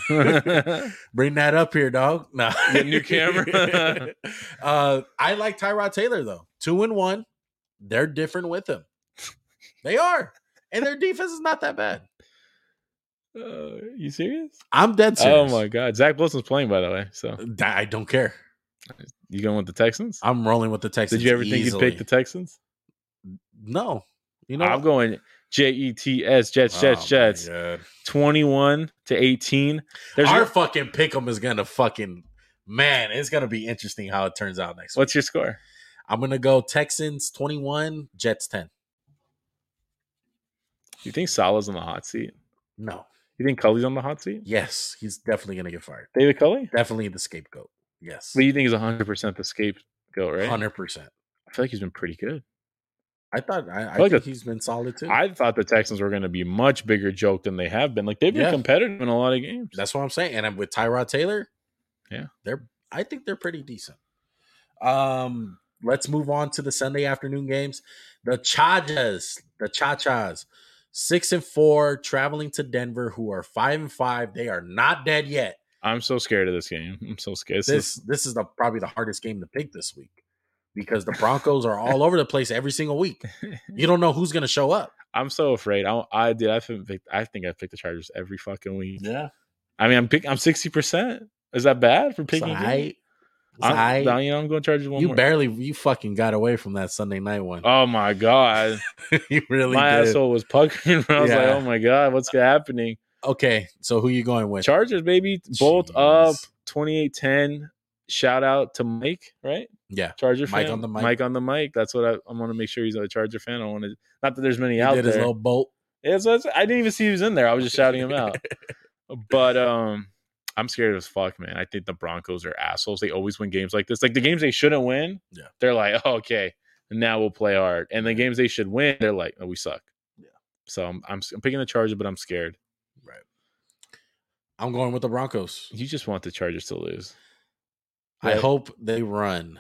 [SPEAKER 2] yeah,
[SPEAKER 1] Bring that up here, dog. No,
[SPEAKER 2] Get a new camera.
[SPEAKER 1] uh, I like Tyrod Taylor though. Two and one. They're different with him. They are, and their defense is not that bad.
[SPEAKER 2] Uh, you serious?
[SPEAKER 1] I'm dead
[SPEAKER 2] Oh
[SPEAKER 1] serious. Uh,
[SPEAKER 2] my god. Zach Wilson's playing by the way. So
[SPEAKER 1] That- I don't care.
[SPEAKER 2] you going with the Texans?
[SPEAKER 1] I'm rolling with the Texans.
[SPEAKER 2] Did you ever think you'd
[SPEAKER 1] easily.
[SPEAKER 2] pick the Texans?
[SPEAKER 1] No, you know
[SPEAKER 2] I'm going J E T S Jets, Jets,
[SPEAKER 1] Oh,
[SPEAKER 2] Jets.
[SPEAKER 1] my God.
[SPEAKER 2] Twenty one to eighteen. There's
[SPEAKER 1] Our
[SPEAKER 2] your-
[SPEAKER 1] fucking pick 'em is gonna fucking man. It's gonna be interesting how it turns out next. week.
[SPEAKER 2] what's your score?
[SPEAKER 1] I'm gonna go Texans 21, Jets 10.
[SPEAKER 2] You think Salah's on the hot seat?
[SPEAKER 1] No,
[SPEAKER 2] You think Cully's on the hot seat?
[SPEAKER 1] yes, he's definitely gonna get fired.
[SPEAKER 2] David Cully?
[SPEAKER 1] Definitely the scapegoat. Yes,
[SPEAKER 2] But you think he's 100% the scapegoat, right?
[SPEAKER 1] hundred percent.
[SPEAKER 2] I feel like he's been pretty good.
[SPEAKER 1] I thought I, I
[SPEAKER 2] like
[SPEAKER 1] think
[SPEAKER 2] the-
[SPEAKER 1] he's been solid too.
[SPEAKER 2] I thought the Texans were going to be much bigger joke than they have been. Like they've been
[SPEAKER 1] Yeah.
[SPEAKER 2] competitive in a lot of games.
[SPEAKER 1] That's what I'm saying. And I'm with Tyrod Taylor.
[SPEAKER 2] Yeah.
[SPEAKER 1] They're I think they're pretty decent. Um, let's move on to the Sunday afternoon games. The Chajas, the Chachas, six and four, traveling to Denver, who are five and five. They are not dead yet.
[SPEAKER 2] I'm so scared of this game. I'm so scared. This,
[SPEAKER 1] This this is the probably the hardest game to pick this week because the Broncos are all over the place every single week.
[SPEAKER 2] is-
[SPEAKER 1] You don't know who's gonna show up.
[SPEAKER 2] I'm so afraid. I, I did. I think I think I picked the Chargers every fucking week.
[SPEAKER 1] Yeah.
[SPEAKER 2] I mean, I'm pick, I'm sixty percent. Is that bad for
[SPEAKER 1] It's
[SPEAKER 2] picking?
[SPEAKER 1] all
[SPEAKER 2] games?
[SPEAKER 1] right. It's all
[SPEAKER 2] I'm,
[SPEAKER 1] right.
[SPEAKER 2] you know, I'm going to Chargers one
[SPEAKER 1] You
[SPEAKER 2] more.
[SPEAKER 1] barely, you fucking got away from that Sunday night one.
[SPEAKER 2] oh my god,
[SPEAKER 1] you really
[SPEAKER 2] my
[SPEAKER 1] did.
[SPEAKER 2] asshole was puckering. I was
[SPEAKER 1] Yeah.
[SPEAKER 2] like, oh my god, what's happening?
[SPEAKER 1] Okay, so who you going with?
[SPEAKER 2] Chargers, baby, bolt
[SPEAKER 1] Jeez.
[SPEAKER 2] up 28-10. Shout out to Mike, right?
[SPEAKER 1] Yeah,
[SPEAKER 2] Charger
[SPEAKER 1] Mike
[SPEAKER 2] fan.
[SPEAKER 1] on the mic.
[SPEAKER 2] Mike on the mic. That's what I, I want to make sure he's a Charger fan. I want to not that there's many
[SPEAKER 1] he
[SPEAKER 2] out
[SPEAKER 1] did his
[SPEAKER 2] there.
[SPEAKER 1] little bolt.
[SPEAKER 2] Yeah, so that's- I didn't even see he was in there. I was just shouting him out. But um, I'm scared as fuck, man. I think the Broncos are assholes. They always win games like this. Like the games they shouldn't win,
[SPEAKER 1] Yeah.
[SPEAKER 2] they're like, oh, okay, now we'll play hard. And the games they should win, they're like, oh, we suck.
[SPEAKER 1] Yeah.
[SPEAKER 2] So I'm, I'm I'm picking the Chargers, but I'm scared.
[SPEAKER 1] Right. I'm going with the Broncos.
[SPEAKER 2] You just want the Chargers to lose.
[SPEAKER 1] I
[SPEAKER 2] Right.
[SPEAKER 1] hope they run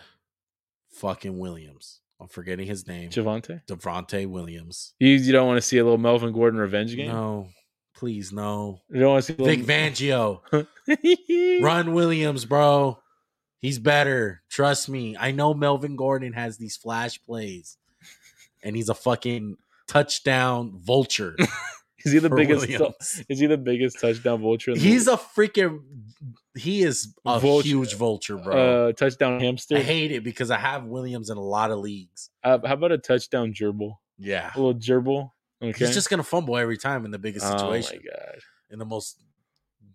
[SPEAKER 1] fucking Williams. I'm forgetting his name.
[SPEAKER 2] Javante?
[SPEAKER 1] Devontae Williams.
[SPEAKER 2] You, you don't want to see a little Melvin Gordon revenge game?
[SPEAKER 1] No, please, no.
[SPEAKER 2] You don't want to see a
[SPEAKER 1] Vic
[SPEAKER 2] little...
[SPEAKER 1] Fangio.
[SPEAKER 2] Van.
[SPEAKER 1] Run Williams, bro. He's better. Trust me. I know Melvin Gordon has these flash plays, and he's a fucking touchdown vulture.
[SPEAKER 2] Is he the
[SPEAKER 1] for
[SPEAKER 2] biggest?
[SPEAKER 1] Williams.
[SPEAKER 2] Is he the biggest touchdown vulture? In the
[SPEAKER 1] He's a freaking. He is a
[SPEAKER 2] Vulture.
[SPEAKER 1] huge vulture, bro.
[SPEAKER 2] uh, touchdown hamster.
[SPEAKER 1] I hate it because I have Williams in a lot of leagues.
[SPEAKER 2] Uh, how about a touchdown gerbil?
[SPEAKER 1] Yeah,
[SPEAKER 2] A little gerbil. Oh, Okay.
[SPEAKER 1] he's just gonna fumble every time in the biggest
[SPEAKER 2] Oh
[SPEAKER 1] situation,
[SPEAKER 2] my god.
[SPEAKER 1] in the most.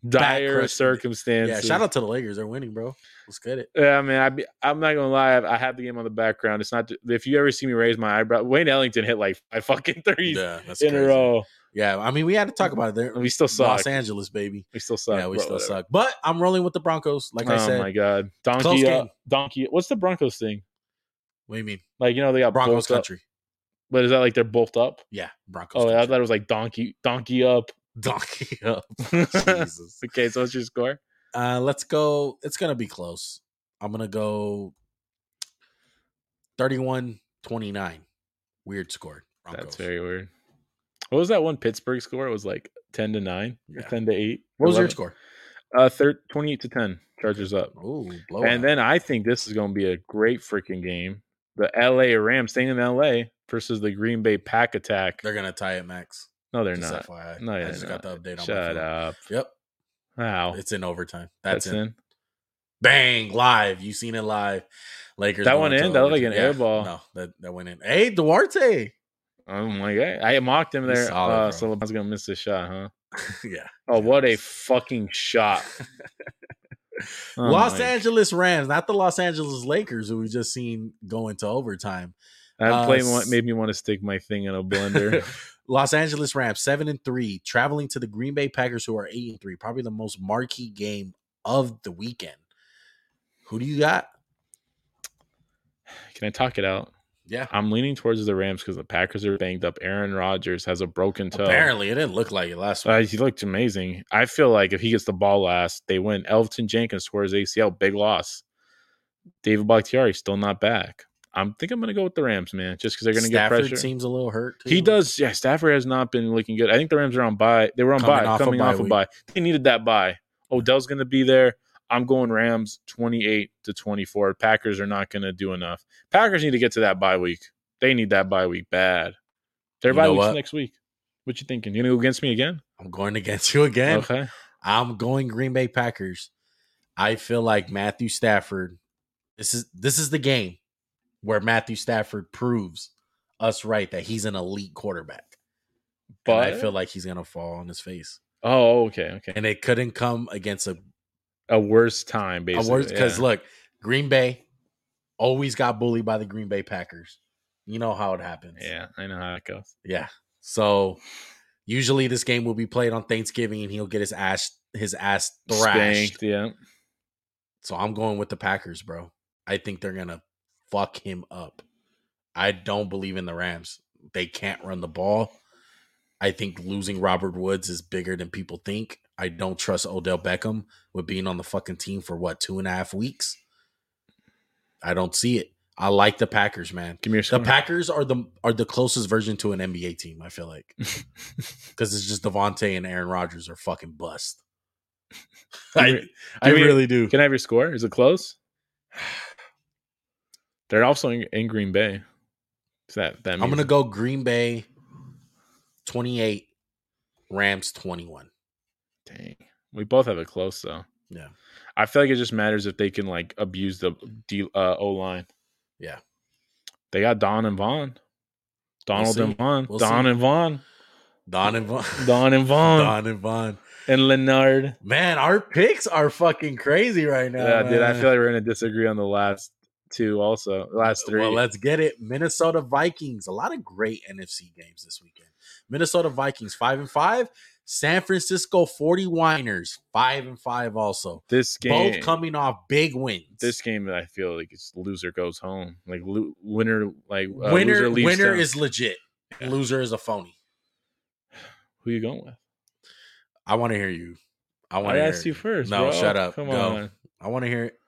[SPEAKER 2] Dire
[SPEAKER 1] crushing.
[SPEAKER 2] circumstances.
[SPEAKER 1] Yeah, shout out to the Lakers. They're winning, bro. Let's get it.
[SPEAKER 2] Yeah, I mean, I be, I'm not gonna lie. I, I have the game on the background. It's not. If you ever see me raise my eyebrow, Wayne Ellington hit like five fucking threes
[SPEAKER 1] Yeah, that's
[SPEAKER 2] in a
[SPEAKER 1] crazy.
[SPEAKER 2] row.
[SPEAKER 1] Yeah, I mean, we had to talk about it. They're
[SPEAKER 2] We still suck.
[SPEAKER 1] Los Angeles, baby.
[SPEAKER 2] we still suck.
[SPEAKER 1] yeah, we
[SPEAKER 2] but
[SPEAKER 1] still
[SPEAKER 2] whatever.
[SPEAKER 1] suck. But I'm rolling with the Broncos. Like I
[SPEAKER 2] oh
[SPEAKER 1] said,
[SPEAKER 2] my god,
[SPEAKER 1] Close
[SPEAKER 2] donkey,
[SPEAKER 1] game.
[SPEAKER 2] uh, donkey. What's the Broncos thing?
[SPEAKER 1] what do you mean?
[SPEAKER 2] Like you know they got
[SPEAKER 1] Broncos
[SPEAKER 2] Broncos up,
[SPEAKER 1] country.
[SPEAKER 2] but is that like they're bolt up?
[SPEAKER 1] Yeah, Broncos.
[SPEAKER 2] Oh, I
[SPEAKER 1] country.
[SPEAKER 2] thought it was like donkey, donkey up.
[SPEAKER 1] donkey up. Jesus.
[SPEAKER 2] okay, so what's your score?
[SPEAKER 1] Uh, let's go. It's gonna be close. I'm gonna go 31-29. Weird score.
[SPEAKER 2] That's very weird. What was that one Pittsburgh score? It was like ten to nine, or
[SPEAKER 1] Yeah.
[SPEAKER 2] ten to eight.
[SPEAKER 1] What was your
[SPEAKER 2] 11.
[SPEAKER 1] score?
[SPEAKER 2] Uh, thir- twenty-eight to ten. Chargers up.
[SPEAKER 1] Oh, blow.
[SPEAKER 2] and then I think this is going to be a great freaking game. The L.A. Rams staying in L.A. versus the Green Bay Pack Attack.
[SPEAKER 1] they're gonna tie it, Max.
[SPEAKER 2] no, they're
[SPEAKER 1] Just
[SPEAKER 2] not.
[SPEAKER 1] FYI.
[SPEAKER 2] No,
[SPEAKER 1] I
[SPEAKER 2] they're
[SPEAKER 1] just got the update on my
[SPEAKER 2] Shut
[SPEAKER 1] phone.
[SPEAKER 2] up.
[SPEAKER 1] Yep,
[SPEAKER 2] Wow,
[SPEAKER 1] it's in overtime.
[SPEAKER 2] that's,
[SPEAKER 1] That's,
[SPEAKER 2] in.
[SPEAKER 1] it. Bang live. You seen it live. Lakers.
[SPEAKER 2] That
[SPEAKER 1] going
[SPEAKER 2] went
[SPEAKER 1] into
[SPEAKER 2] in? That looked like
[SPEAKER 1] overtime.
[SPEAKER 2] an air ball.
[SPEAKER 1] No, that, that went in. Hey, Duarte.
[SPEAKER 2] Oh my god, I mocked him
[SPEAKER 1] He's
[SPEAKER 2] there.
[SPEAKER 1] solid,
[SPEAKER 2] uh,
[SPEAKER 1] bro.
[SPEAKER 2] so LeBron's going to miss this shot, huh?
[SPEAKER 1] yeah.
[SPEAKER 2] Oh,
[SPEAKER 1] Yeah,
[SPEAKER 2] what a
[SPEAKER 1] that's-
[SPEAKER 2] fucking shot! Oh
[SPEAKER 1] Los
[SPEAKER 2] my-
[SPEAKER 1] Angeles Rams, not the Los Angeles Lakers who we just seen go into overtime.
[SPEAKER 2] That play
[SPEAKER 1] uh,
[SPEAKER 2] wa- made me want to stick my thing in a blender.
[SPEAKER 1] Los Angeles Rams seven and three, traveling to the Green Bay Packers, who are eight and three. Probably the most marquee game of the weekend. Who do you got?
[SPEAKER 2] Can I talk it out?
[SPEAKER 1] Yeah,
[SPEAKER 2] I'm leaning towards the Rams because the Packers are banged up. Aaron Rodgers has a broken toe.
[SPEAKER 1] apparently it didn't look like it last week.
[SPEAKER 2] Uh, he looked amazing. I feel like if he gets the ball last, they win. Elton Jenkins towards ACL, big loss. David Bakhtiari still not back. I'm think I'm gonna go with the Rams, man, just because they're gonna
[SPEAKER 1] Stafford
[SPEAKER 2] get pressure.
[SPEAKER 1] seems a little hurt.
[SPEAKER 2] he
[SPEAKER 1] too.
[SPEAKER 2] does. Yeah, Stafford has not been looking good. I think the Rams are on bye. They were on
[SPEAKER 1] Coming
[SPEAKER 2] bye,
[SPEAKER 1] off a
[SPEAKER 2] coming
[SPEAKER 1] bye
[SPEAKER 2] off a
[SPEAKER 1] week.
[SPEAKER 2] bye. They needed that bye. Odell's gonna be there. I'm going Rams 28 to 24. Packers are not gonna do enough. Packers need to get to that bye week. They need that bye week bad. Their
[SPEAKER 1] You
[SPEAKER 2] bye
[SPEAKER 1] know
[SPEAKER 2] week's
[SPEAKER 1] what?
[SPEAKER 2] next week. What you thinking? You gonna go against me again?
[SPEAKER 1] I'm going against you again.
[SPEAKER 2] okay.
[SPEAKER 1] I'm going Green Bay Packers. I feel like Matthew Stafford. This is this is the game where Matthew Stafford proves us right that he's an elite quarterback. But
[SPEAKER 2] But
[SPEAKER 1] I feel like he's gonna fall on his face,
[SPEAKER 2] Oh, okay, okay.
[SPEAKER 1] and it couldn't come against a,
[SPEAKER 2] A worse time,
[SPEAKER 1] a
[SPEAKER 2] basically.
[SPEAKER 1] worse because
[SPEAKER 2] yeah.
[SPEAKER 1] look, Green Bay always got bullied by the Green Bay Packers. You know how it happens.
[SPEAKER 2] yeah, I know how it goes.
[SPEAKER 1] Yeah. So usually this game will be played on Thanksgiving, and he'll get his ass his ass thrashed.
[SPEAKER 2] Spanked, yeah.
[SPEAKER 1] So I'm going with the Packers, bro. I think they're gonna fuck him up. I don't believe in the Rams. They can't run the ball. I think losing Robert Woods is bigger than people think. I don't trust Odell Beckham with being on the fucking team for what two and a half weeks. I don't see it. I like the Packers, man.
[SPEAKER 2] Give me your
[SPEAKER 1] The
[SPEAKER 2] score.
[SPEAKER 1] Packers are the are the closest version to an NBA team. I feel like because it's just Devontae and Aaron Rodgers are fucking bust. I, I
[SPEAKER 2] Give me-
[SPEAKER 1] really do.
[SPEAKER 2] Can I have your score? Is it close? They're also in, in Green Bay. Is that that?
[SPEAKER 1] I'm gonna
[SPEAKER 2] means-
[SPEAKER 1] go Green Bay 28, Rams 21.
[SPEAKER 2] Dang. We both have it close though.
[SPEAKER 1] Yeah.
[SPEAKER 2] I feel like it just matters if they can like abuse the D, uh, O line.
[SPEAKER 1] Yeah.
[SPEAKER 2] They got Don and Vaughn. Donald
[SPEAKER 1] see.
[SPEAKER 2] and Vaughn.
[SPEAKER 1] We'll
[SPEAKER 2] Don
[SPEAKER 1] see.
[SPEAKER 2] and Vaughn.
[SPEAKER 1] Don and Vaughn.
[SPEAKER 2] Don and Vaughn.
[SPEAKER 1] Don and Vaughn.
[SPEAKER 2] And Leonard.
[SPEAKER 1] Man, our picks are fucking crazy right now.
[SPEAKER 2] Yeah, dude. I
[SPEAKER 1] man.
[SPEAKER 2] feel like we're gonna disagree on the last two also. Last three.
[SPEAKER 1] Well, let's get it. Minnesota Vikings. A lot of great NFC games this weekend. Minnesota Vikings five and five. San Francisco 40 Winers five and five also.
[SPEAKER 2] this game
[SPEAKER 1] Both coming off big wins.
[SPEAKER 2] this game I feel like it's loser goes home. Like lo- winner like uh,
[SPEAKER 1] winner
[SPEAKER 2] loser leaves
[SPEAKER 1] winner
[SPEAKER 2] town.
[SPEAKER 1] is legit.
[SPEAKER 2] Yeah.
[SPEAKER 1] Loser is a phony.
[SPEAKER 2] who you going with?
[SPEAKER 1] I want to hear you. I want
[SPEAKER 2] I
[SPEAKER 1] to hear
[SPEAKER 2] asked you first.
[SPEAKER 1] No,
[SPEAKER 2] bro.
[SPEAKER 1] shut up.
[SPEAKER 2] Come
[SPEAKER 1] Go.
[SPEAKER 2] on.
[SPEAKER 1] I want to hear it.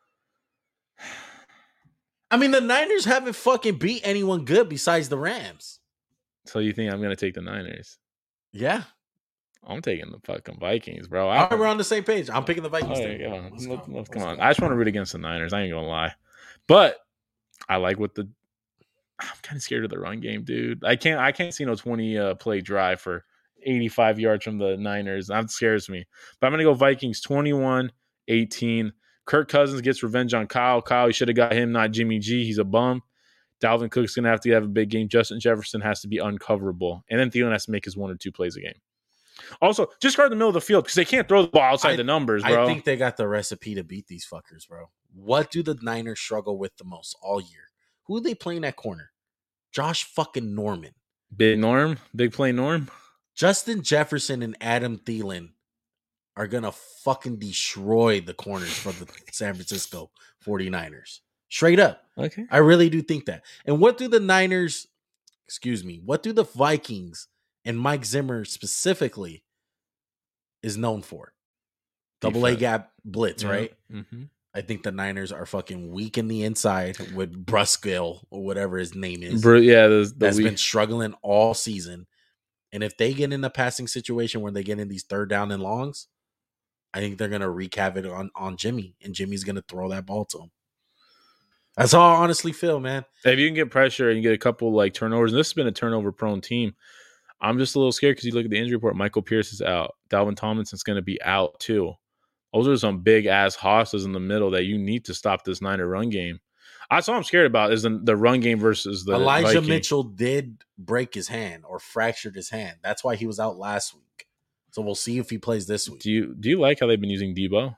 [SPEAKER 1] I mean, the Niners haven't fucking beat anyone good besides the Rams.
[SPEAKER 2] So you think I'm gonna take the Niners?
[SPEAKER 1] Yeah.
[SPEAKER 2] I'm taking the fucking Vikings, bro.
[SPEAKER 1] All right, we're on the same page. I'm picking the Vikings.
[SPEAKER 2] Oh,
[SPEAKER 1] then.
[SPEAKER 2] yeah,
[SPEAKER 1] Let's
[SPEAKER 2] look-
[SPEAKER 1] go.
[SPEAKER 2] look,
[SPEAKER 1] Let's
[SPEAKER 2] come on.
[SPEAKER 1] go.
[SPEAKER 2] I just want to root against the Niners. I ain't gonna lie, but I like what the. I'm kind of scared of the run game, dude. I can't. I can't see no 20 uh, play drive for 85 yards from the Niners. That scares me. But I'm gonna go Vikings 21 18. Kirk Cousins gets revenge on Kyle. Kyle, you should have got him, not Jimmy G. He's a bum. Dalvin Cook's gonna have to have a big game. Justin Jefferson has to be uncoverable, and then Thielen has to make his one or two plays a game. Also, just guard the middle of the field because they can't throw the ball outside
[SPEAKER 1] I-
[SPEAKER 2] the numbers, bro.
[SPEAKER 1] I think they got the recipe to beat these fuckers, bro. What do the Niners struggle with the most all year? Who are they playing at corner? Josh fucking Norman.
[SPEAKER 2] Big Norm, big play Norm.
[SPEAKER 1] Justin Jefferson and Adam Thielen are going to fucking destroy the corners for the San Francisco 49ers. Straight up.
[SPEAKER 2] Okay.
[SPEAKER 1] I really do think that. And what do the Niners, excuse me, what do the Vikings and Mike Zimmer specifically is known for? Double A
[SPEAKER 2] Defense.
[SPEAKER 1] gap blitz, right?
[SPEAKER 2] Mm-hmm.
[SPEAKER 1] I think the Niners are fucking weak in the inside with Brusgill or whatever his name is.
[SPEAKER 2] Bru- yeah, the, the
[SPEAKER 1] that's
[SPEAKER 2] weak-
[SPEAKER 1] been struggling all season. And if they get in a passing situation where they get in these third down and longs, I think they're gonna wreak havoc on, on Jimmy, and Jimmy's gonna throw that ball to him. That's all I honestly feel, man.
[SPEAKER 2] if you can get pressure and you get a couple like turnovers, and this has been a turnover prone team, I'm just a little scared because you look at the injury report. Michael Pierce is out. Dalvin Tomlinson's going to be out too. Those are some big ass hosses in the middle that you need to stop this Niner run game. That's all I'm scared about is the, the run game versus the
[SPEAKER 1] Elijah
[SPEAKER 2] Viking.
[SPEAKER 1] Mitchell did break his hand or fractured his hand. That's why he was out last week. So we'll see if he plays this week.
[SPEAKER 2] Do you do you like how they've been using Debo?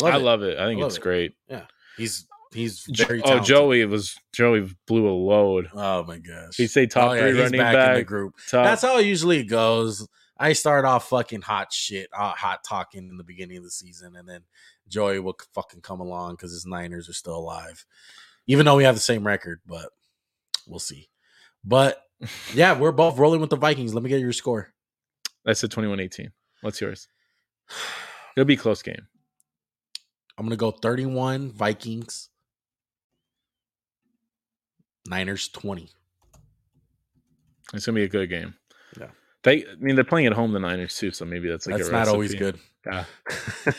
[SPEAKER 1] I love
[SPEAKER 2] I
[SPEAKER 1] it.
[SPEAKER 2] love it. I think
[SPEAKER 1] I love
[SPEAKER 2] it's
[SPEAKER 1] it.
[SPEAKER 2] great.
[SPEAKER 1] he's he's
[SPEAKER 2] Jo-
[SPEAKER 1] very
[SPEAKER 2] oh,
[SPEAKER 1] talented.
[SPEAKER 2] Joey was Joey blew a load.
[SPEAKER 1] Oh my gosh.
[SPEAKER 2] He'd say top
[SPEAKER 1] Oh, yeah,
[SPEAKER 2] three
[SPEAKER 1] he's
[SPEAKER 2] running
[SPEAKER 1] back,
[SPEAKER 2] back.
[SPEAKER 1] in the group.
[SPEAKER 2] top-
[SPEAKER 1] That's how it usually goes. I start off fucking hot shit, uh, hot talking in the beginning of the season, and then Joey will c- fucking come along because his Niners are still alive, even though we have the same record. But we'll see. But yeah, we're both rolling with the Vikings. Let me get your score.
[SPEAKER 2] I said 21 18. What's yours? It'll be a close game.
[SPEAKER 1] I'm gonna go 31 Vikings, Niners 20.
[SPEAKER 2] It's going to be a good game.
[SPEAKER 1] Yeah.
[SPEAKER 2] They, I mean, they're playing at home, the Niners, too. So maybe that's like
[SPEAKER 1] That's not always good.
[SPEAKER 2] Yeah.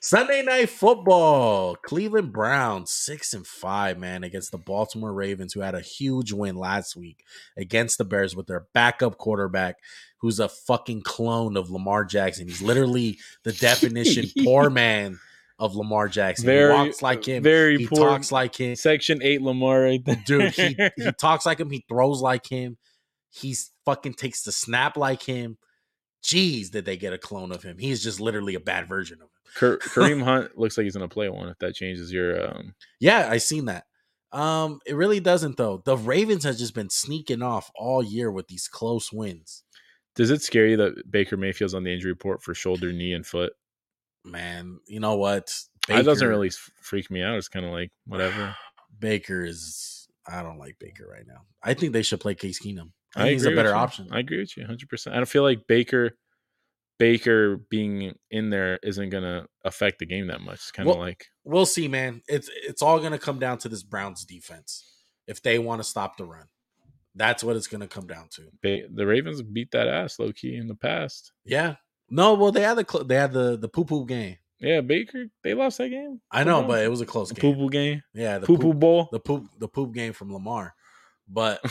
[SPEAKER 1] Sunday night football. Cleveland Browns six and five, man, against the Baltimore Ravens, who had a huge win last week against the Bears with their backup quarterback, who's a fucking clone of Lamar Jackson. He's literally the definition poor man of Lamar Jackson.
[SPEAKER 2] Very, uh,
[SPEAKER 1] he walks like him.
[SPEAKER 2] Very
[SPEAKER 1] He
[SPEAKER 2] poor.
[SPEAKER 1] talks like him.
[SPEAKER 2] Section 8 Lamar right there.
[SPEAKER 1] Dude, he, he talks like him. He throws like him. He's fucking takes the snap like him. Jeez, did they get a clone of him? He is just literally a bad version of him.
[SPEAKER 2] Kar- Kareem Hunt looks like he's going to play one if that changes your. Um,
[SPEAKER 1] Yeah, I seen that. Um, it really doesn't though. The Ravens has just been sneaking off all year with these close wins.
[SPEAKER 2] does it scare you that Baker Mayfield's on the injury report for shoulder, knee, and foot?
[SPEAKER 1] Man, you know what?
[SPEAKER 2] That doesn't really f- freak me out. It's kind of like whatever.
[SPEAKER 1] Baker is. I don't like Baker right now. I think they should play Case Keenum. I,
[SPEAKER 2] I
[SPEAKER 1] think he's a
[SPEAKER 2] agree with
[SPEAKER 1] better
[SPEAKER 2] you.
[SPEAKER 1] option.
[SPEAKER 2] I agree with you 100%. I don't feel like Baker Baker being in there isn't going to affect the game that much. It's kind of
[SPEAKER 1] Well,
[SPEAKER 2] like
[SPEAKER 1] we'll see, man. It's it's all gonna come down to this Browns defense if they want to stop the run. That's what it's gonna come down to.
[SPEAKER 2] Ba- the Ravens beat that ass low key in the past.
[SPEAKER 1] Yeah. No, well they had the cl- they had the the poo poo game.
[SPEAKER 2] Yeah, Baker, they lost that game.
[SPEAKER 1] I know,
[SPEAKER 2] Browns-
[SPEAKER 1] but it was a close
[SPEAKER 2] Mm-hmm. The
[SPEAKER 1] game.
[SPEAKER 2] poo poo game,
[SPEAKER 1] Yeah, the
[SPEAKER 2] poo poo
[SPEAKER 1] poop,
[SPEAKER 2] bowl.
[SPEAKER 1] the poop the poop game from Lamar. But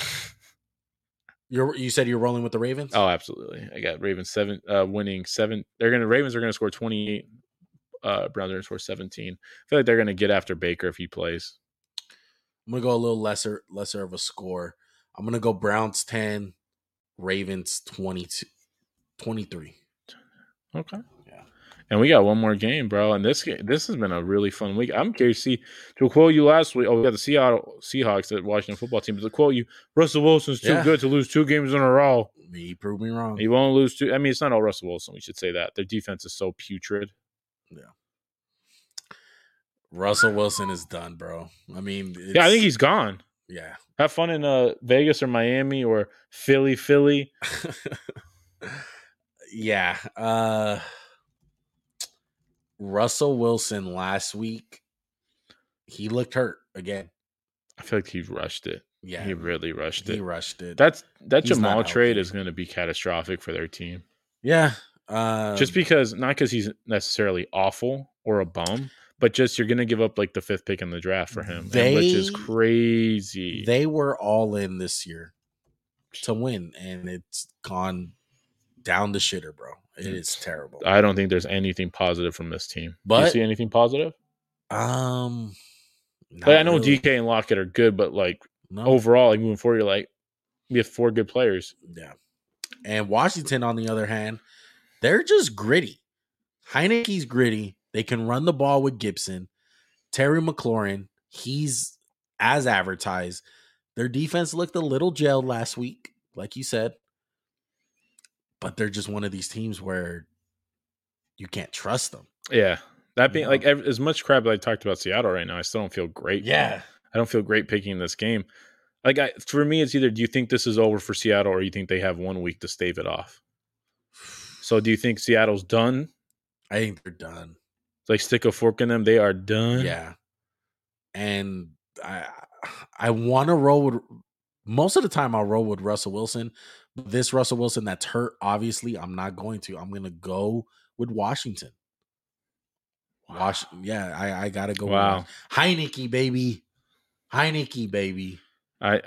[SPEAKER 1] You're, you said you're rolling with the Ravens.
[SPEAKER 2] Oh, absolutely. I got Ravens seven uh, winning seven. They're gonna Ravens are gonna score twenty eight. Uh, Browns are gonna score seventeen. I feel like they're gonna get after Baker if he plays.
[SPEAKER 1] I'm gonna go a little lesser lesser of a score. I'm gonna go Browns ten, Ravens 22, 23.
[SPEAKER 2] Okay.
[SPEAKER 1] Yeah.
[SPEAKER 2] And we got one more game, bro. And this ga- this has been a really fun week. I'm curious to see to quote you last week. Oh, we got the Seattle Seahawks at Washington football team. But to quote you, Russell Wilson's too
[SPEAKER 1] Yeah.
[SPEAKER 2] good to lose two games in a row.
[SPEAKER 1] He proved me wrong.
[SPEAKER 2] He won't lose two. I mean, it's not all Russell Wilson. We should say that their defense is so putrid.
[SPEAKER 1] Russell Wilson is done, bro. I mean, it's,
[SPEAKER 2] yeah, I think he's gone.
[SPEAKER 1] yeah.
[SPEAKER 2] Have fun in uh, Vegas or Miami or Philly, Philly.
[SPEAKER 1] yeah. Uh Russell Wilson last week, he looked hurt again.
[SPEAKER 2] I feel like he rushed it.
[SPEAKER 1] Yeah.
[SPEAKER 2] He really rushed
[SPEAKER 1] he
[SPEAKER 2] it.
[SPEAKER 1] rushed it.
[SPEAKER 2] That's that
[SPEAKER 1] He's not
[SPEAKER 2] Jamal trade
[SPEAKER 1] healthy.
[SPEAKER 2] is going to be catastrophic for their team.
[SPEAKER 1] yeah. Uh
[SPEAKER 2] just because, not because he's necessarily awful or a bum, but just you're going to give up like the fifth pick in the draft for him, and- which is
[SPEAKER 1] They-
[SPEAKER 2] crazy.
[SPEAKER 1] they were all in this year to win, and it's gone down the shitter, bro. It is terrible.
[SPEAKER 2] I don't think there's anything positive from this team. Do you
[SPEAKER 1] But-
[SPEAKER 2] see anything positive?
[SPEAKER 1] Um
[SPEAKER 2] Like I know DK and Lockett are good, but like overall, like moving forward, you're like we have four good players.
[SPEAKER 1] Yeah. And Washington, on the other hand, they're just gritty. Heineke's gritty. They can run the ball with Gibson. Terry McLaurin, he's as advertised. Their defense looked a little gelled last week, like you said. But they're just one of these teams where you can't trust them.
[SPEAKER 2] Yeah. That being
[SPEAKER 1] Yeah.
[SPEAKER 2] like ev- as much crap as I talked about Seattle right now, I still don't feel great. I don't feel great picking this game. Like I, for me, it's either do you think this is over for Seattle or you think they have one week to stave it off. So do you think Seattle's done?
[SPEAKER 1] I think they're done.
[SPEAKER 2] Like stick a fork in them, they are done.
[SPEAKER 1] Yeah. And I I want to roll with most of the time I'll roll with Russell Wilson. But this Russell Wilson that's hurt, obviously, I'm not going to. I'm gonna go with Washington. Wash yeah, I, I gotta go
[SPEAKER 2] Wow.
[SPEAKER 1] with Heineke, baby. Heineke, baby.
[SPEAKER 2] I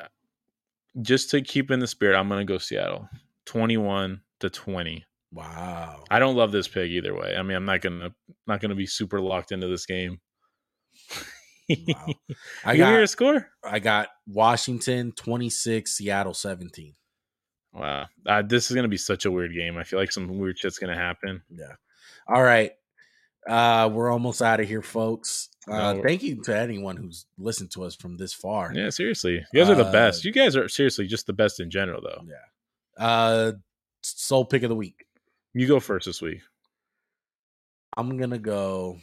[SPEAKER 2] just to keep in the spirit, I'm gonna go Seattle. Twenty one to twenty.
[SPEAKER 1] Wow.
[SPEAKER 2] I don't love this pig either way. I mean, I'm not gonna not gonna be super locked into this game.
[SPEAKER 1] Wow. I
[SPEAKER 2] you hear a
[SPEAKER 1] got
[SPEAKER 2] score?
[SPEAKER 1] I got Washington 26, Seattle 17.
[SPEAKER 2] Wow. Uh, this is gonna be such a weird game. I feel like some weird shit's gonna happen.
[SPEAKER 1] Yeah. All right. Uh we're almost out of here, folks. Uh
[SPEAKER 2] No.
[SPEAKER 1] thank you to anyone who's listened to us from this far.
[SPEAKER 2] Yeah, seriously. You guys are the
[SPEAKER 1] Uh,
[SPEAKER 2] best. You guys are seriously just the best in general, though.
[SPEAKER 1] Yeah. Uh soul pick of the week.
[SPEAKER 2] You go first this week.
[SPEAKER 1] I'm gonna go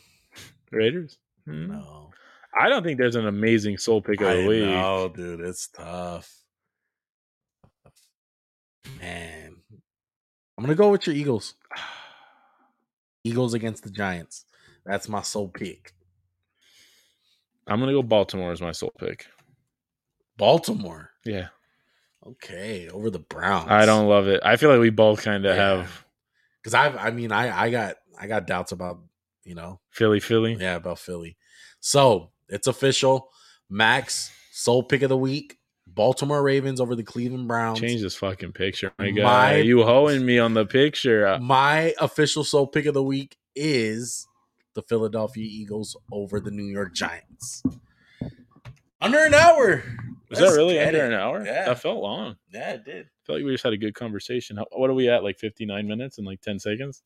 [SPEAKER 2] Raiders? Hmm.
[SPEAKER 1] no.
[SPEAKER 2] I don't think there's an amazing soul pick of the week.
[SPEAKER 1] know, dude, it's tough. Man. I'm gonna go with your Eagles. Eagles against the Giants. That's my soul pick.
[SPEAKER 2] I'm going to go Baltimore as my soul pick.
[SPEAKER 1] Baltimore.
[SPEAKER 2] Yeah.
[SPEAKER 1] Okay, over the Browns.
[SPEAKER 2] I don't love it. I feel like we both kind of
[SPEAKER 1] Yeah.
[SPEAKER 2] have
[SPEAKER 1] because I've I mean I I got I got doubts about you know
[SPEAKER 2] Philly, Philly.
[SPEAKER 1] yeah about Philly. So it's official. Max soul pick of the week: Baltimore Ravens over the Cleveland Browns.
[SPEAKER 2] Change this fucking picture. My God.
[SPEAKER 1] My-
[SPEAKER 2] you hoeing me on the picture. Uh,
[SPEAKER 1] My official soul pick of the week is the Philadelphia Eagles over the New York Giants. Under an hour.
[SPEAKER 2] was
[SPEAKER 1] Let's
[SPEAKER 2] that really
[SPEAKER 1] get
[SPEAKER 2] under
[SPEAKER 1] it.
[SPEAKER 2] an hour?
[SPEAKER 1] Yeah.
[SPEAKER 2] That felt long. I
[SPEAKER 1] Yeah, it did.
[SPEAKER 2] felt like we just had a good conversation. How, what are we at? Like 59 minutes and like 10 seconds?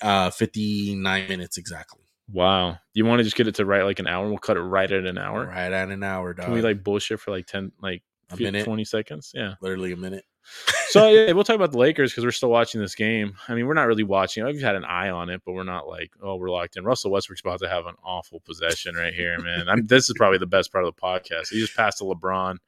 [SPEAKER 1] Uh, fifty nine minutes exactly.
[SPEAKER 2] Wow. You want to just get it to right like an hour? We'll cut it right at an hour.
[SPEAKER 1] Right at an hour, dog.
[SPEAKER 2] Can we like bullshit for like 10, like
[SPEAKER 1] a
[SPEAKER 2] fif-
[SPEAKER 1] minute?
[SPEAKER 2] 20 seconds? Yeah.
[SPEAKER 1] Literally a minute.
[SPEAKER 2] So yeah, we'll talk about the Lakers because we're still watching this game. I mean, we're not really watching. We've had an eye on it, but we're not like, oh, we're locked in. Russell Westbrook's about to have an awful possession right here, man. I'm, this is probably the best part of the podcast. He just passed to LeBron.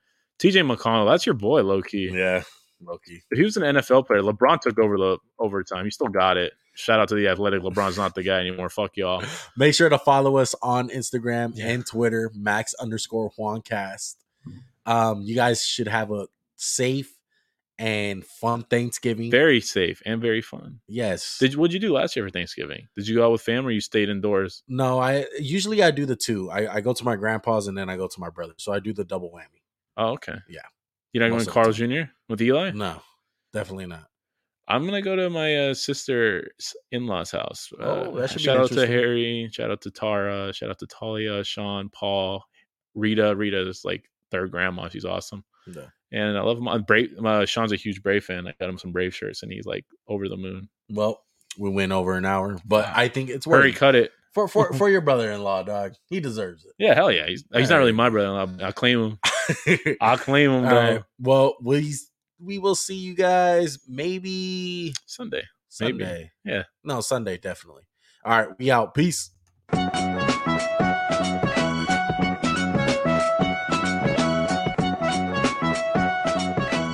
[SPEAKER 2] TJ McConnell, that's your boy, low key.
[SPEAKER 1] Yeah, Loki.
[SPEAKER 2] If he was an NFL player, LeBron took over the overtime. He still got it. Shout out to the athletic. LeBron's not the guy anymore. Fuck y'all.
[SPEAKER 1] Make sure to follow us on Instagram
[SPEAKER 2] Yeah.
[SPEAKER 1] and Twitter, Max underscore Juancast.
[SPEAKER 2] Mm-hmm.
[SPEAKER 1] Um, you guys should have a safe and fun Thanksgiving.
[SPEAKER 2] Very safe and very fun.
[SPEAKER 1] yes.
[SPEAKER 2] Did you, what'd you do last year for Thanksgiving? Did you go out with fam or you stayed indoors?
[SPEAKER 1] no, I usually I do the two. I, I go to my grandpa's and then I go to my brother. So I do the double whammy.
[SPEAKER 2] Oh, okay.
[SPEAKER 1] Yeah.
[SPEAKER 2] You're not going
[SPEAKER 1] Most
[SPEAKER 2] to
[SPEAKER 1] of the
[SPEAKER 2] Carl Jr. with Eli?
[SPEAKER 1] No, definitely not.
[SPEAKER 2] I'm gonna go to my uh, sister's in-laws house.
[SPEAKER 1] Oh,
[SPEAKER 2] Uh,
[SPEAKER 1] that should be
[SPEAKER 2] shout out to
[SPEAKER 1] interesting.
[SPEAKER 2] Harry. Shout out to Tara. Shout out to Talia, Sean, Paul, Rita. Rita is like their grandma. She's awesome,
[SPEAKER 1] No.
[SPEAKER 2] and I love him. I'm Brave. Uh, Sean's a huge Brave fan. I got him some Brave shirts, and he's like over the moon.
[SPEAKER 1] Well, we went over an hour, but
[SPEAKER 2] Wow.
[SPEAKER 1] I think it's
[SPEAKER 2] Hurry,
[SPEAKER 1] worth it.
[SPEAKER 2] cut it.
[SPEAKER 1] for for for your brother-in-law, dog. He deserves
[SPEAKER 2] Yeah, hell yeah. He's, he's not really my brother-in-law. I claim him.
[SPEAKER 1] it.
[SPEAKER 2] I claim him.
[SPEAKER 1] All
[SPEAKER 2] Though.
[SPEAKER 1] right. Well, we we will see you guys maybe
[SPEAKER 2] Sunday. Maybe.
[SPEAKER 1] Sunday.
[SPEAKER 2] Yeah.
[SPEAKER 1] No, Sunday definitely. All right, we out. Peace.